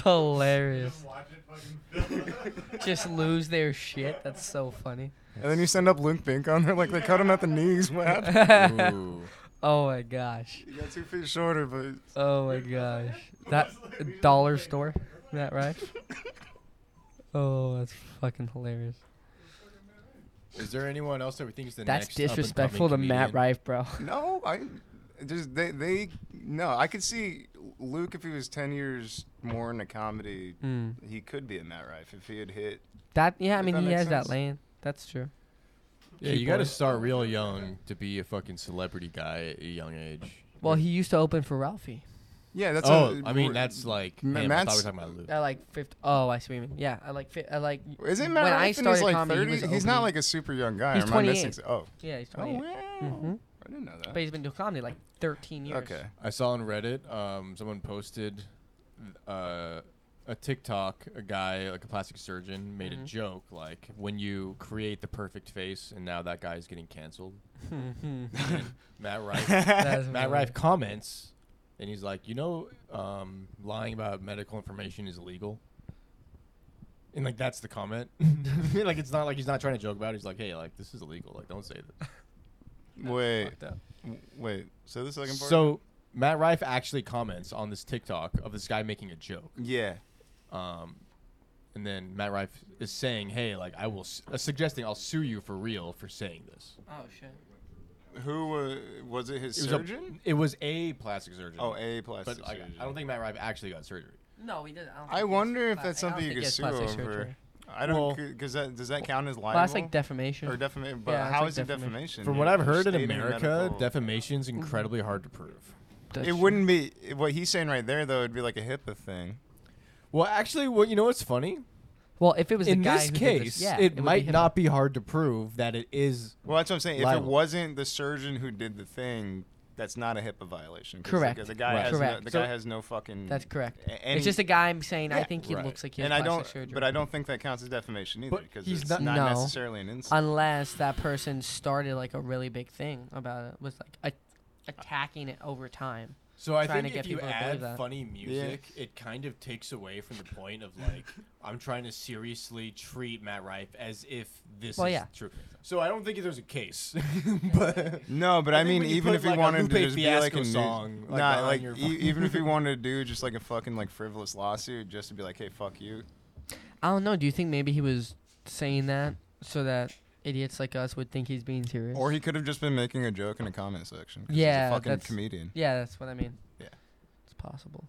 hilarious. Just watch it fucking fill up. Just lose their shit. That's so funny. And then you send up Link Bink on there, like they cut him at the knees. What happened? Ooh. Oh my gosh. You got two feet shorter, but Oh my gosh. That dollar store. That right? Oh, that's fucking hilarious. Is there anyone else that we think is the That's next disrespectful to Matt Rife. Rife, bro. No, I just they they no. I could see Luke if he was ten years more into comedy, Mm. he could be a Matt Rife if he had hit. That yeah, I If mean that he makes has that sense. lane. That's true. Yeah, you got to start real young to be a fucking celebrity guy at a young age. Well, he used to open for Ralphie. Yeah, that's. oh, I I mean that's like Ma- man, I thought we Matt's- were talking about Luke. I like fifth. Oh, I see what you mean. Yeah, I like. Fi- I like. Isn't Matt when I Rife in his started like comedy, he thirties? was He's not opening. like a super young guy. He's Am I missing? 28. some- Oh, Yeah, he's oh 28. wow! Mhm. I didn't know that. But he's been doing comedy like 13 years. okay. I saw on Reddit, um, someone posted uh, a TikTok. A guy, like a plastic surgeon, made Mhm. a joke like, "When you create the perfect face, and now that guy is getting canceled." Mm-hmm. Matt Rife. That's Matt amazing. Rife comments, and he's like, "You know, um, lying about medical information is illegal." And like that's the comment. like it's not like he's not trying to joke about. it. He's like, "Hey, like this is illegal. Like don't say that." Wait, Fucked up. w- wait. So this second part. So Matt Rife actually comments on this TikTok of this guy making a joke. yeah, Um, and then Matt Rife is saying, "Hey, like I will," s- uh, suggesting I'll sue you for real for saying this. Oh shit. who was, was it? His It was a- surgeon? it was a plastic surgeon. oh, a plastic but like, surgeon. I don't think Matt Rife actually got surgery. No, he doesn't. I, don't I think wonder it's if pla- that's I don't something you think could it's sue plastic over. surgery. I don't Well- because that does that count as liable? Well, that's like defamation. or defamation. But Yeah, it's how like is it defamation. defamation? From You're- what I've you're heard in stating America, medical- defamation's Mm-hmm. incredibly hard to prove. That's it true. wouldn't be what he's saying right there though. It'd be like a HIPAA thing. Well, actually, well, you know what's funny? Well, if it was In the guy this who did this- case, yeah, it, would might be him. not be hard to prove that it is. Well, that's what I'm saying. If Libel. it wasn't the surgeon who did the thing, that's not a HIPAA violation. 'cause the- Correct. 'cause the guy Right. has Correct. No, the So- guy has no fucking. That's correct. Mm-hmm. a- any- it's just a guy I'm saying. I Yeah, think he right. looks like he has And I don't, plastic surgery. but I don't think that counts as defamation either, But because he's it's not- not, No. necessarily an insult. unless that person started like a really big thing about it, was like a- attacking it over time. So I Trying think to if get you people to believe add that. funny music, it kind of takes away from the point of like I'm trying to seriously treat Matt Rife as if this Well, is yeah. true. So I don't think there's a case. but No, but I, I think mean, when you even put, if he like, a wanted to Lupe just be like a Fiasco news- song, like, nah, behind like your- e- even if he wanted to do just like a fucking like frivolous lawsuit, just to be like, hey, fuck you. I don't know. Do you think maybe he was saying that so that idiots like us would think he's being serious? Or he could have just been making a joke in a comment section. 'cause Yeah, he's a fucking that's- comedian. yeah, that's what I mean. Yeah. it's possible.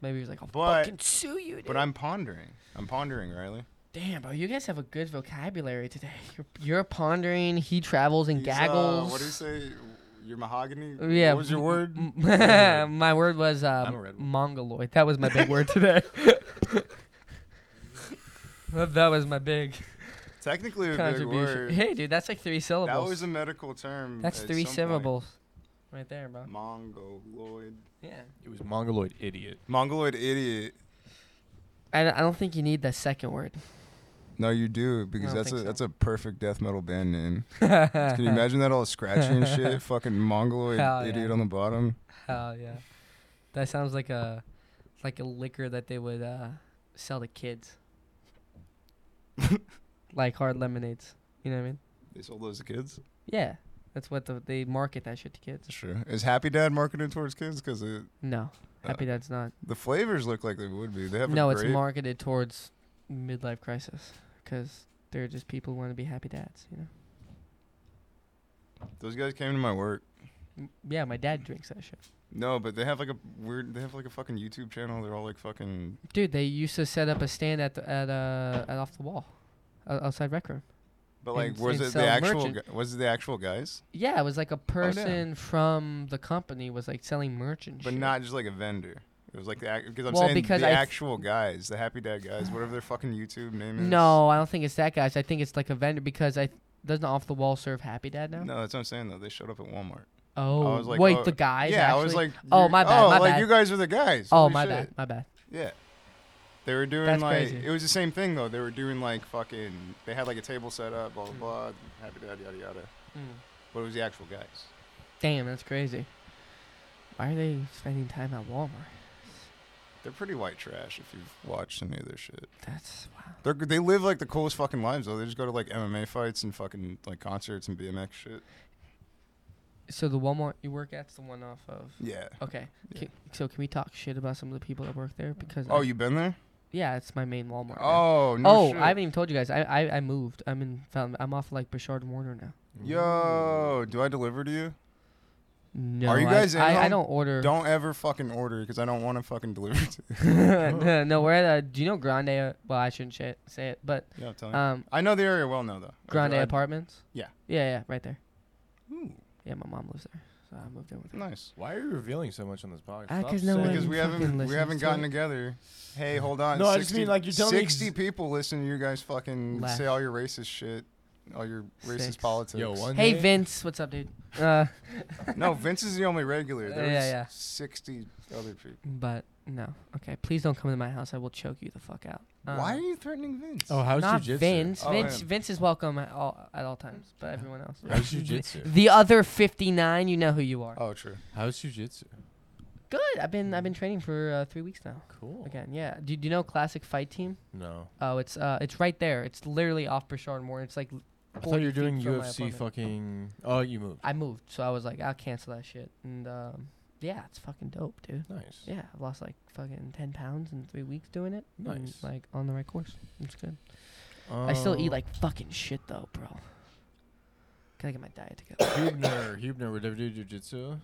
Maybe he's like, I'll But- fucking sue you. Dude. But I'm pondering. I'm pondering, Riley. Damn, bro, you guys have a good vocabulary today. You're, you're pondering. He travels and He's, uh, gaggles. Oh, what do you say? your mahogany. Yeah. What was your word? my word was I'm a um, red one. mongoloid. That was my big word today. that that was my big Technically, a big contribution. word. Hey, dude, that's like three That syllables. was a medical term. that's at three some point. Mm. syllables, right there, bro. Mongoloid. Yeah. It was mongoloid idiot. Mongoloid idiot. I, don't- I don't think you need the second word. No, you do I because don't that's a think so. that's a perfect death metal band name. Can Can you imagine that all scratchy and shit? Fucking mongoloid Hell idiot yeah. on the bottom. Hell yeah. That sounds like a like a liquor that they would uh, sell to kids. like hard lemonades. You know what I mean? They sold those to kids. Yeah. That's what the, they market that shit to kids. Sure. Is Happy Dad marketed towards kids? Because No. Happy Dad's not. the flavors look like they would be. They Uh, have No, a it's grape. marketed towards midlife crisis because they're just people who want to be happy dads, you know? Those guys came to my work. M- Yeah, my dad drinks that shit. No, but they have like a weird. They have like a fucking YouTube channel. They're all like fucking. Dude, they used to set up a stand at the, at uh at off the wall, o- outside rec room. But like, And- was and it sell the actual? merchant- Gu- was it the actual guys? Yeah, it was like a Oh, yeah. person from the company was like selling merch and But shit. not just like a vendor. It was like the because I'm Well, saying because the I th- actual guys, the Happy Dad guys, whatever their fucking YouTube name is. No, I don't think it's that guys. I think it's like a vendor because I doesn't off the wall serve Happy Dad now. No, that's what I'm saying though. They showed up at Walmart. Oh, I was like, wait, oh, the guys. yeah, I was actually? like, Oh, you're- my bad, Oh, my like bad. you guys are the guys. Oh Holy my shit. bad, my bad. Yeah. They were doing That's like crazy. it was the same thing though. They were doing like fucking. They had like a table set up, blah blah blah. Happy Dad, yada yada. But it was the actual guys. Damn, that's crazy. Why are they spending time at Walmart? They're pretty white trash if you've watched any of their shit. That's wow. They're, they live like the coolest fucking lives though. They just go to like MMA fights and fucking like concerts and BMX shit. So the Walmart you work at's the one off of. Yeah. Okay. Yeah. Ca- so can we talk shit about some of the people that work there because Oh, I- you been there? yeah, it's my main Walmart. now. Oh no. oh, shit. I haven't even told you guys. I I, I moved. I'm in. Found, I'm off like Bouchard and Warner now. Yo, do I deliver to you? No, you I- guys in I, I, on- don't order. Don't ever fucking order because I don't want to fucking deliver to. you. no, no, we're at. A, do you know Grande? uh, Well, I shouldn't shit, say it, but Yeah, I'm telling you. um, I know the area well now though. I- Grande I- Apartments. Yeah. Yeah, yeah, right there. Ooh, Yeah, my mom lives there, so I moved in with her. nice. Hmm. Why are you revealing so much on this podcast? Ah, Stop 'cause no saying- one- Because we fucking haven't we listens haven't to gotten it. together. Hey, hold on. No, I just mean, like, you're telling me ex- sixty people listen to you guys fucking Laugh. say all your racist shit, all your racist Six. politics. Yo, one Hey day- Vince, what's up, dude? Uh, No, Vince is the only regular. There Yeah, was yeah. sixty other people. but no, okay. Please don't come to my house. I will choke you the fuck out. Why are Um, you threatening Vince? Oh, how's not jujitsu? Vince. Oh, Vince. yeah. Vince is welcome at all at all times, but everyone else. How's jujitsu? The other fifty nine, you know who you are. Oh, true. How's jujitsu? Good. I've been I've been training for uh, three weeks now. Cool. Again, yeah. Do, do you know Classic Fight Team? No. Oh, it's uh, it's right there. It's literally off Burchard Moore. It's like. I thought 40 you were feet doing from my UFC apartment. fucking. Oh, you moved. I moved, so I was like, I'll cancel that shit. And um, yeah, it's fucking dope, dude. Nice. Yeah, I've lost like fucking ten pounds in three weeks doing it. and, Nice. like on the right course. It's good. I still eat Oh. like fucking shit though, bro. Gotta get my diet together. Hubner. Hubner would ever do jujitsu.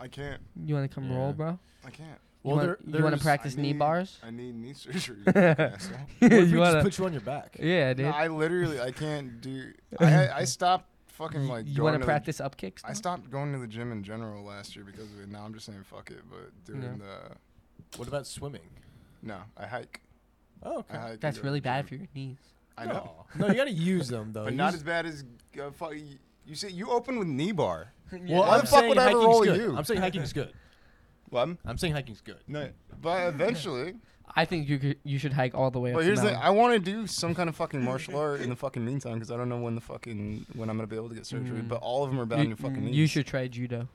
I can't. you wanna come Yeah. roll, bro? I can't. Well, wanna- there, you wanna there's- practice I knee need- bars? I need knee surgery. you asshole. What if You we wanna- just put you on your back? yeah, dude. No, I literally I can't do. I I stopped fucking like. you going wanna to the- practice up kicks? I stopped going to the gym in general last year because of it. Now I'm just saying fuck it. But during the What about swimming? no, I hike. Oh, I okay. hike and That's go to really the bad for gym. your knees. I know, No, Oh, you gotta use them though. but not Use- as bad as uh, fuck. You, you say you open with knee bar. Well, Why I'm the fuck saying would I ever hiking's roll good. you? I'm saying hiking's good. What? I'm saying hiking's good. No, but eventually. I think you could, you should hike all the way up. But to here's the thing. mountain. I want to do some kind of fucking martial art in the fucking meantime because I don't know when the fucking when I'm gonna be able to get surgery. Mm. But all of them are bad on your fucking knees. You should try judo.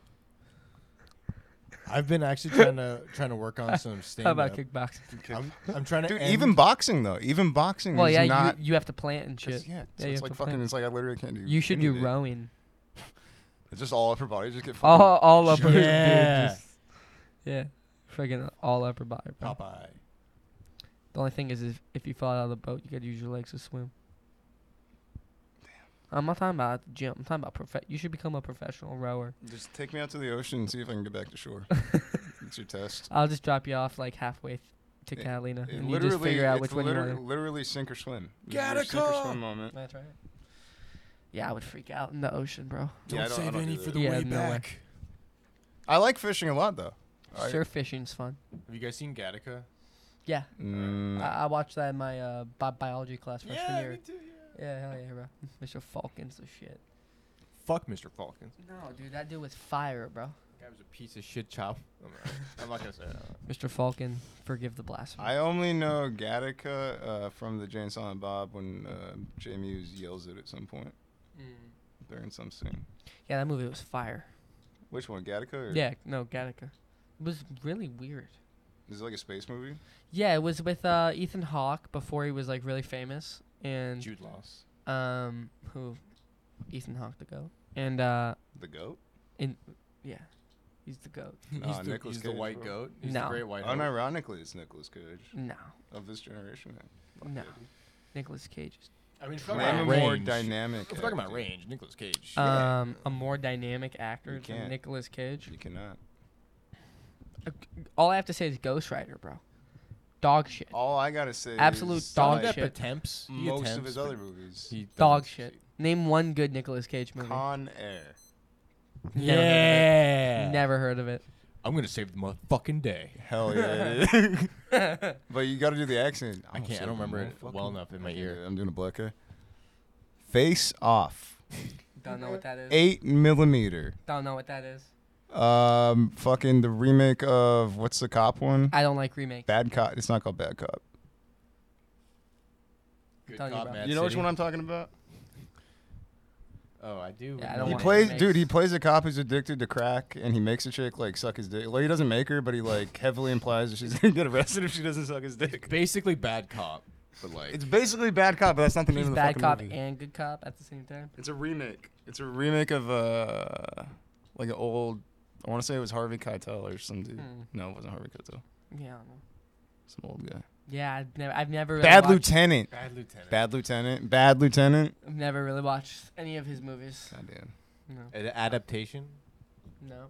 I've been actually trying to trying to work on some stand How about kickboxing? I'm, I'm trying to Dude, end- even boxing though, even boxing Well, is yeah, not. you, you have to plant and shit. it's- yeah, Yeah, so you it's have like to fucking. plan. It's like I literally can't do. You should any do of it. rowing. It's just all upper body. Just get fucking. All, all upper, Yeah. dude. Just, yeah, freaking all upper body. Bro. Popeye. The only thing is, if, if you fall out of the boat, you gotta use your legs to swim. Damn. I'm not talking about at the gym. I'm talking about prof. You should become a professional rower. Just take me out to the ocean and see if I can get back to shore. it's your test. I'll just drop you off like halfway th- to It- Catalina, It and you just figure out it's which one you liter- want. Literally sink or swim. This is Gotta your sink or call. swim moment. That's right. Yeah, I would freak out in the ocean, bro. Yeah, I don't- I don't do that. the Yeah, way no way. back. I like fishing a lot though. I- Surf fishing's fun. Have you guys seen Gattaca? Yeah, Mm, I, I watched that in my uh, bi- biology class freshman year. too. Yeah, hell yeah, bro. Mr. Falcons the shit. Fuck Mr. Falcons. No, dude, that dude was fire, bro. Guy was a piece of shit chop. I'm, not- I'm not gonna say that. Mr. Falcon, forgive the blasphemy. I only know Gattaca uh, from the Jay and Silent Bob when uh, Jay Muse yells it at some point Mm. during some scene. Yeah, that movie was fire. Which one, Gattaca? Or Yeah, no, Gattaca. It was really weird. Is it like a space movie? Yeah, it was with uh, Ethan Hawke before he was like really famous, and Jude Laws. um, who, Ethan Hawke the goat, and uh, The Goat? yeah, he's the goat. Nah, the, Nicolas he's the Cage, white bro. goat. He's No. the great white. hope. Unironically, it's Nicolas Cage No, of this generation. man. Fuck No. yeah, dude. Nicolas Cage. is- I mean, if we're Talking Way about more range- dynamic. if we're talking about acting. range. Nicolas Cage. Um, a more dynamic actor You than can't. Nicolas Cage. Uh, You cannot. All I have to say is Ghost Rider, bro. Dog shit. All I gotta say Absolute is dog I Johnny Depp shit. attempts. He most of attempts, his but other movies. he Dog doesn't shit. succeed. Name one good Nicolas Cage movie. Con Air. Never heard of it. Yeah. Never heard of it. I'm gonna save the motherfucking day. Hell yeah. it is. but you gotta do the accent. I can't. I don't remember it well enough in my ear. I'm doing a black guy. Face Off. Don't know what that is. Eight millimeter. Don't know what that is. Um, fucking the remake of what's the cop one? I don't like remakes. Bad Cop. It's not called Bad Cop. Good Tell you cop, about Mad you know which City. one I'm talking about? Oh, I do. Yeah, I don't He want plays, remakes. dude. He plays a cop who's addicted to crack, and he makes a chick like suck his dick. Like he doesn't make her, but he like heavily implies that she's gonna get arrested if she doesn't suck his dick. basically bad cop, but like It's basically Bad Cop, but that's not the He's name of the bad fucking cop movie. and good cop at the same time. It's a remake. It's a remake of uh like an old. I want to say it was Harvey Keitel or some dude. Hmm. No, it wasn't Harvey Keitel. Yeah, I don't know. Some old guy. Yeah, I've never, I've never really Bad watched, Lieutenant. bad lieutenant. Bad Lieutenant. Bad Lieutenant. I've never really watched any of his movies. Goddamn. No, An adaptation. no,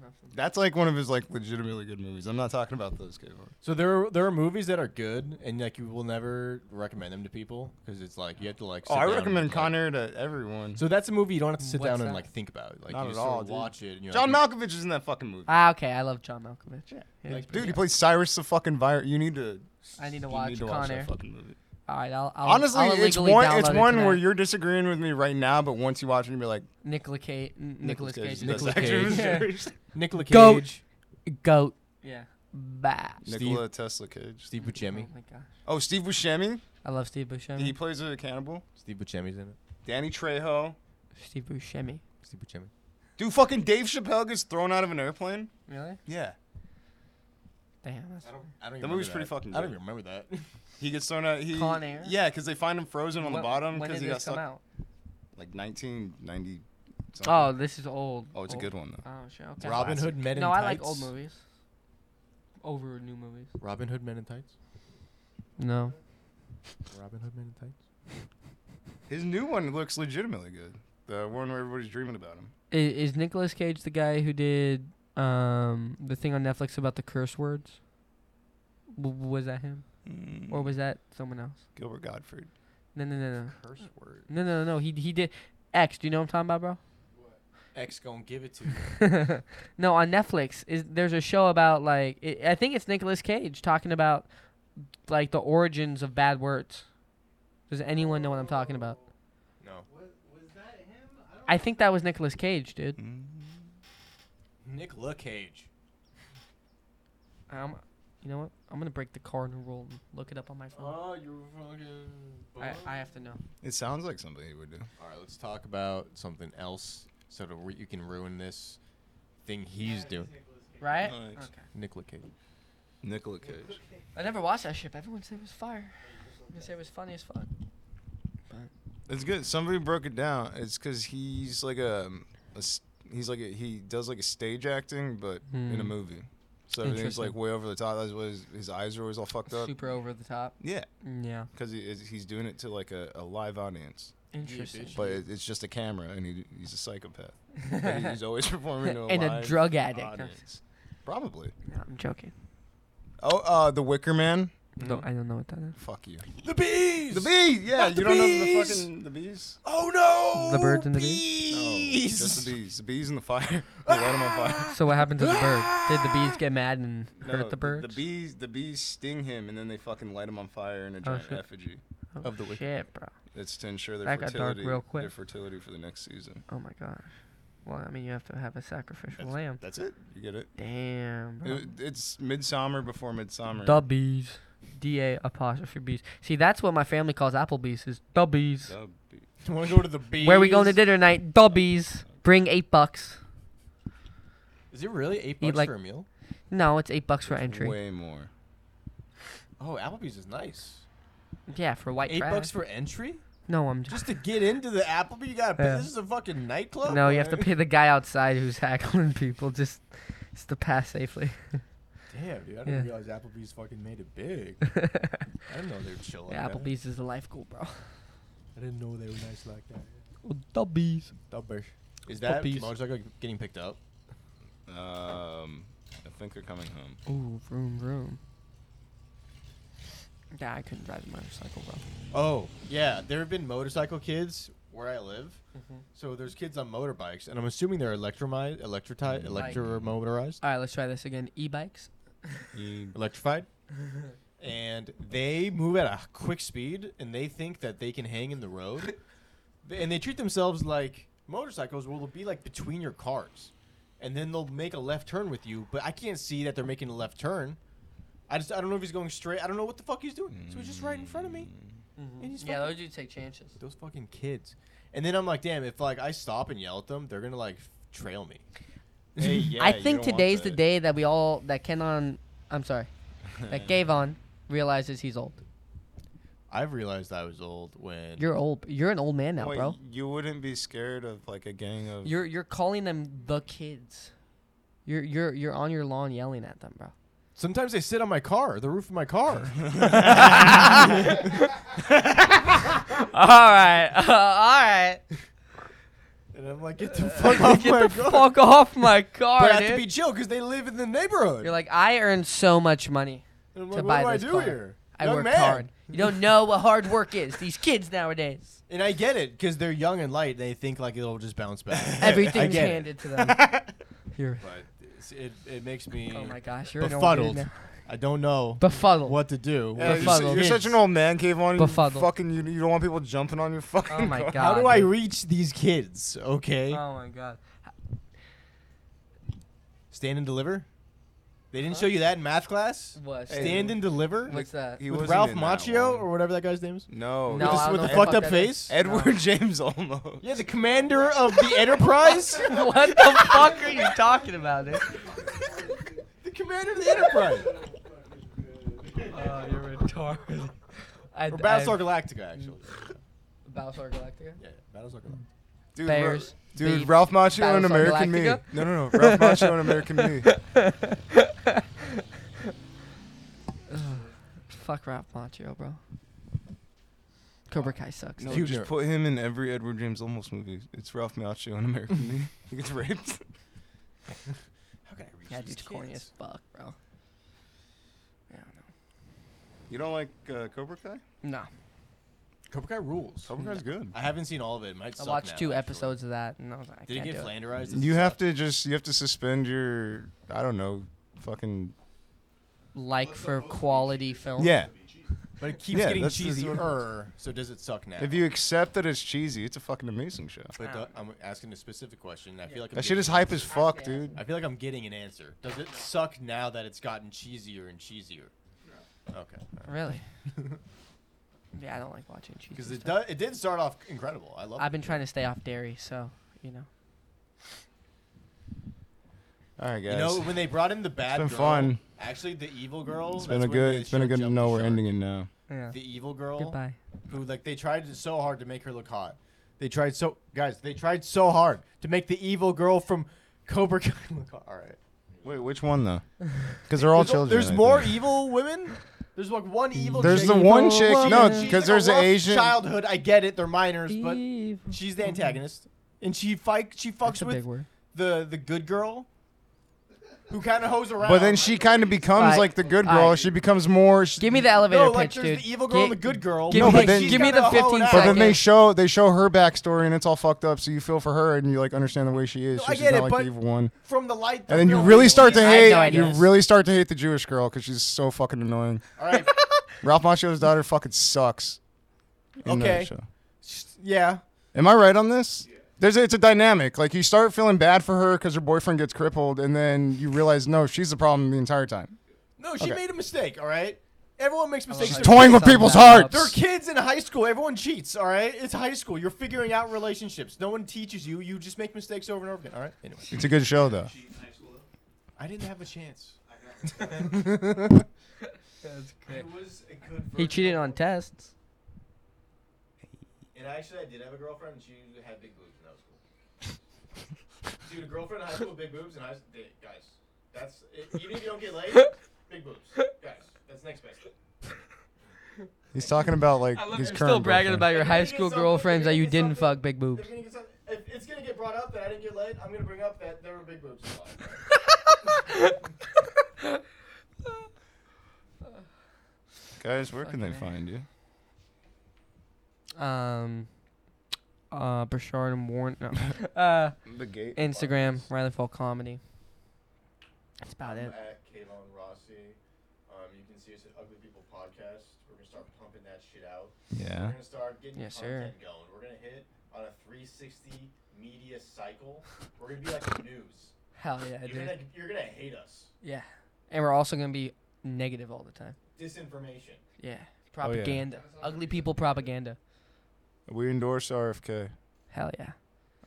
nothing. That's like one of his like legitimately good movies. I'm not talking about those, Kevin. So there, are, there are movies that are good, and like you will never recommend them to people because it's like you have to like. Oh, sit I down and, recommend like- Conair to everyone. So that's a movie you don't have to sit What's down and that? like think about. Like Not you at just sort all, of dude. watch it. And you're John like, Malkovich is in that fucking movie. Ah, okay, I love John Malkovich. Yeah, Like, he's pretty Dude, he good. plays Cyrus the fucking virus. You need to. I need to you watch need to watch Conair. that fucking movie. All right, I'll, I'll Honestly, I'll it's illegally one. It's download it one where tonight. you're disagreeing with me right now, but once you watch it, you'll be like, Nicolas Cage, Nicolas Cage, is is the best Nicolas actor in Cage, this Yeah. generation. Nicolas Goat. Cage, goat. Yeah, bad. Steve- Nikola Tesla Cage. Steve Buscemi. Oh my gosh, Oh, Steve Buscemi. I love Steve Buscemi. He plays a cannibal. Steve Buscemi's in it. Danny Trejo. Steve Buscemi. Steve Buscemi. Dude, fucking Dave Chappelle gets thrown out of an airplane. Really? Yeah. Damn. That's I don't. I don't. That even movie's remember pretty that. fucking I don't good. even remember that. He gets thrown out. He, Con Air? Yeah, because they find him frozen on When- the bottom when because did he this got come stuck. out? Like 1990. Oh, this is old. Oh, it's a Old. good one though. Oh shit. Okay. Robin Classic. Hood Men in no, I Tights. like old movies. Over new movies. Robin Hood Men in Tights. No. Robin Hood Men in Tights. His new one looks legitimately good. The one where everybody's dreaming about him. Is, is Nicolas Cage the guy who did um the thing on Netflix about the curse words? W- was that him, Mm. or was that someone else? Gilbert Gottfried? No, no, no, no, Curse word. no, no, no. He he did X. Do you know what I'm talking about, bro? X gonna give it to you. no, on Netflix is there's a show about like it, I think it's Nicolas Cage talking about like the origins of bad words. Does anyone know what I'm talking about? No. Was, was that him? I think that was Nicolas Cage, dude. Mm-hmm. Nicolas Cage. Um, you know what? I'm gonna break the cardinal rule and look it up on my phone. Oh, you fucking. I, I have to know. It sounds like something he would do. All right, let's talk about something else so that we- you can ruin this thing he's doing. Right? Nice. Okay. Nicola Cage. Nicola Cage. I never watched that shit. but Everyone said it was fire. They said it was funny as fuck. It's good. Somebody broke it down. It's because he's like a, um, a s- he's like a, he does like a stage acting, but in a Hmm. movie. So everything's Interesting. like way over the top. That's why his, his eyes are always all fucked up. Super over the top. Yeah, Mm, Yeah. because he, is- he's doing it to like a, a live audience, Interesting. but it, it's just a camera, and he, he's a psychopath. But he- he's always performing to a and a live drug addict. audience. Probably. No, I'm joking. Oh, uh, the Wicker Man. No, I don't know what that is. Fuck you. The bees. The bees. Yeah, Not the you don't know the bees! fucking the bees. Oh no! The birds and the bees? No, bees. just the bees. The bees in the fire. You light 'em on fire. So what happened to the bird? Did the bees get mad and No, hurt the birds? The bees. The bees sting him, and then they fucking light him on fire in a giant shit. effigy. oh, of the wicked. shit, bro. It's to ensure their That got dark fertility. real quick. Their fertility for the next season. Oh my gosh. Well, I mean, you have to have a sacrificial lamb. That's it. You get it. Damn, bro. It- it's midsummer before midsummer. The bees. D A apostrophe bees. See, that's what my family calls Applebee's is the bees. The bee- You want to go to the bees? Where we going to dinner tonight? The bees. Bring eight bucks. Is it really eight Eat bucks like- for a meal? No, it's eight bucks for entry. Way more. Oh, Applebee's is nice. Yeah, for white Eight trash. bucks for entry? no, I'm just. Just to get into the Applebee, you gotta pay. Yeah. This is a fucking nightclub. No, you have to man. pay the guy outside who's haggling people just, just to pass safely. Damn, dude, I didn't Yeah. realize Applebee's fucking made it big. I didn't know they were chill like Yeah, that. Applebee's is a life goal, bro. I didn't know they were nice like that. The bees. Dubbish. Is that Applebee's. motorcycle getting picked up? Um, I think they're coming home. Ooh, vroom vroom. Yeah, I couldn't drive a motorcycle, bro. Oh, yeah. There have been motorcycle kids where I live. Mhm. So there's kids on motorbikes, and I'm assuming they're electromized, electrotized, Like- electromotorized, All right, let's try this again. E-bikes. electrified. And they move at a quick speed, and they think that they can hang in the road, They- and they treat themselves like motorcycles. Will be like between your cars, and then they'll make a left turn with you. But I can't see that they're making a left turn. I just I don't know if he's going straight. I don't know what the fuck he's doing. So he's just right in front of me. Mm-hmm. And he's Yeah, fucking- those dudes take chances. Those fucking kids. And then I'm like, damn, if like I stop and yell at them, they're gonna like f- trail me. Hey, yeah, I you think don't want today's the that. day that we all that Kenon, I'm sorry, that Gavon realizes he's old. I've realized I was old when You're old. You're an old man now, Wait, bro. You wouldn't be scared of like a gang of. You're you're calling them the kids. You're you're you're on your lawn yelling at them, bro. sometimes they sit on my car, the roof of my car. all right, all right. and I'm like, get the fuck off Get Oh my the car. fuck off my car, but I dude. have to be chill because they live in the neighborhood. You're like, I earn so much money. and I'm to like, buy what this do I do car. here? I Young worked man. hard. You don't know what hard work is. These kids nowadays. And I get it because they're young and light. They think like it'll just bounce back. Everything's get it. handed to them. You're, but it's- it, it makes me oh my gosh, you're an old befuddled. dude now. I don't know Befuddled. what to do. Yeah, you're, su- Befuddled. you're such an old man, Cave on. Befuddled. Fucking, you, you don't want people jumping on your fucking. Oh my car. god. How do I dude. reach these kids? Okay. Oh my god. Stand and deliver? They didn't show you that in math class? What? Stand and deliver? What's that? He with wasn't Ralph in that Macchio one. or whatever that guy's name is? No. No, with the, I don't with know the who the fucked fuck up that face? Edward James Olmos. Yeah, the commander of the Enterprise? what the fuck are you talking about, dude? the commander of the Enterprise. Uh, Oh, you're retarded. I, Or Battlestar Galactica, actually. I, Battlestar Galactica. Yeah, Battlestar Galactica. Dude, Ra- Bears. Dude, beef, Ralph Macchio and Battlestar American Me. Galactica. No, no, no. Ralph Macchio and American Me. Fuck Ralph Macchio, bro. Cobra Kai sucks. No, dude. Junior. just put him in every Edward James Olmos movie. It's Ralph Macchio and American Me. He gets raped. How can I reach That these dude's corny as kids? fuck, bro. Yeah, You don't like uh, Cobra Kai? no. No. Cobra Kai rules. Cobra Kai's good. I haven't seen all of it. it might I suck watched now, two actually. episodes of that, and I was like, I Did it can't get do it. flanderized? This You is have tough. to just you have to suspend your I don't know fucking Like for quality film. yeah. But it keeps Yeah, getting that's- that's what- cheesier, so does it suck now? If you accept that it's cheesy, it's a fucking amazing show. But the- I'm asking a specific question. I feel like I'm That shit getting is hype as fuck, dude. I feel like I'm getting an answer. Does it suck now that it's gotten cheesier and cheesier? Okay. Really? yeah, I don't like watching cheese. Because it does, it did start off incredible. I love I've it. been trying to stay off dairy, so you know. All right, guys. You know when they brought in the bad been girl, fun. actually the evil girl. it's been that's a when good. they It's been a showed good. Jump No, the we're Shark. ending it now. Yeah. The evil girl. Goodbye. Who like they tried so hard to make her look hot. They tried so guys. They tried so hard to make the evil girl from Cobra Kai look hot. All right. Wait, which one though? Because they're all There's, a- children. there's I more think. evil women. There's like one evil. There's chick. the one chick. No, She's because like a there's an rough Asian. Childhood. I get it. They're minors, but Evil. She's Mm-hmm. the antagonist, and she fight. She fucks That's a big with word. the the good girl. who kind of hoes around. But then she kind of becomes Right. like the good Right. girl. She becomes more. She, Give me the elevator no, like pitch, dude. there's the evil girl and the Gi- good girl. give No, me- but then- she's give me kinda the hoeing 15 out. but then they second. show they show her backstory and it's all fucked up. So you feel for her and you like understand the way she is. No, so I she's get not it, like but- the evil one. From the light. And then you they're really real. start to I have hate. no you idea. really start to hate the Jewish girl because she's so fucking annoying. All right. Ralph Macchio's daughter fucking sucks. in that Okay. show. Yeah. Am I right on this? There's a, it's a dynamic. Like you start feeling bad for her because her boyfriend gets crippled, and then you realize no, she's the problem the entire time. No, she Okay. made a mistake. All right. Everyone makes mistakes. She's They're toying with Something people's about- hearts. They're kids in high school. Everyone cheats, all right? It's high school. You're figuring out relationships. No one teaches you. You just make mistakes over and over again, all right? Anyway, It's a good show though. I didn't have a chance. That's It was a good He version cheated of- on tests. And actually, I did have a girlfriend, and she had big boobs, and that was cool. Dude, a girlfriend in high school, big boobs, and I guys, that's e, even if you don't get laid, big boobs, guys. That's next best. He's talking about like I love his you're current still bragging boyfriend. about your If high you get school something- girlfriends that if you you get didn't something- fuck big boobs. If, it's gonna get brought up that I didn't get laid, I'm gonna bring up that there were big boobs. guys. Where can they Fucking A. find you? Um, uh, Bashard and Warren. No. uh, The gate. Instagram, Riley Fall Comedy. That's about I'm it. At Kayvon Rossi. Um, you can see us at Ugly People Podcast. We're gonna start pumping that shit out. Yeah. We're gonna start getting Yes, sir. content going. We're gonna hit on a 360 media cycle. We're gonna be like the news. Hell yeah, you're dude. gonna you're gonna hate us. Yeah. And we're also gonna be negative all the time. Disinformation. Yeah. Oh, yeah. Propaganda. Ugly people propaganda. We endorse RFK. Hell yeah.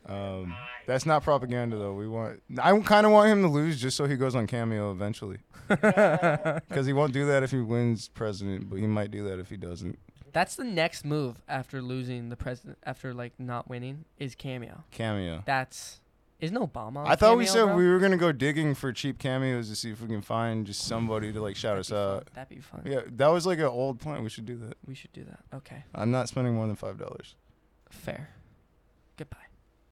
Um, that's not propaganda though. We want. I kind of want him to lose just so he goes on cameo eventually, because he won't do that if he wins president, but he might do that if he doesn't. That's the next move after losing the president, after like not winning, is cameo. Cameo. That's isn't Obama. on I thought we Cameo, said bro? we were gonna go digging for cheap cameos to see if we can find just somebody to like shout That'd us be fun. out. That'd be fun. uh, Yeah, that was like an old plan. We should do that. We should do that. Okay. I'm not spending more than five dollars. Fair. Goodbye.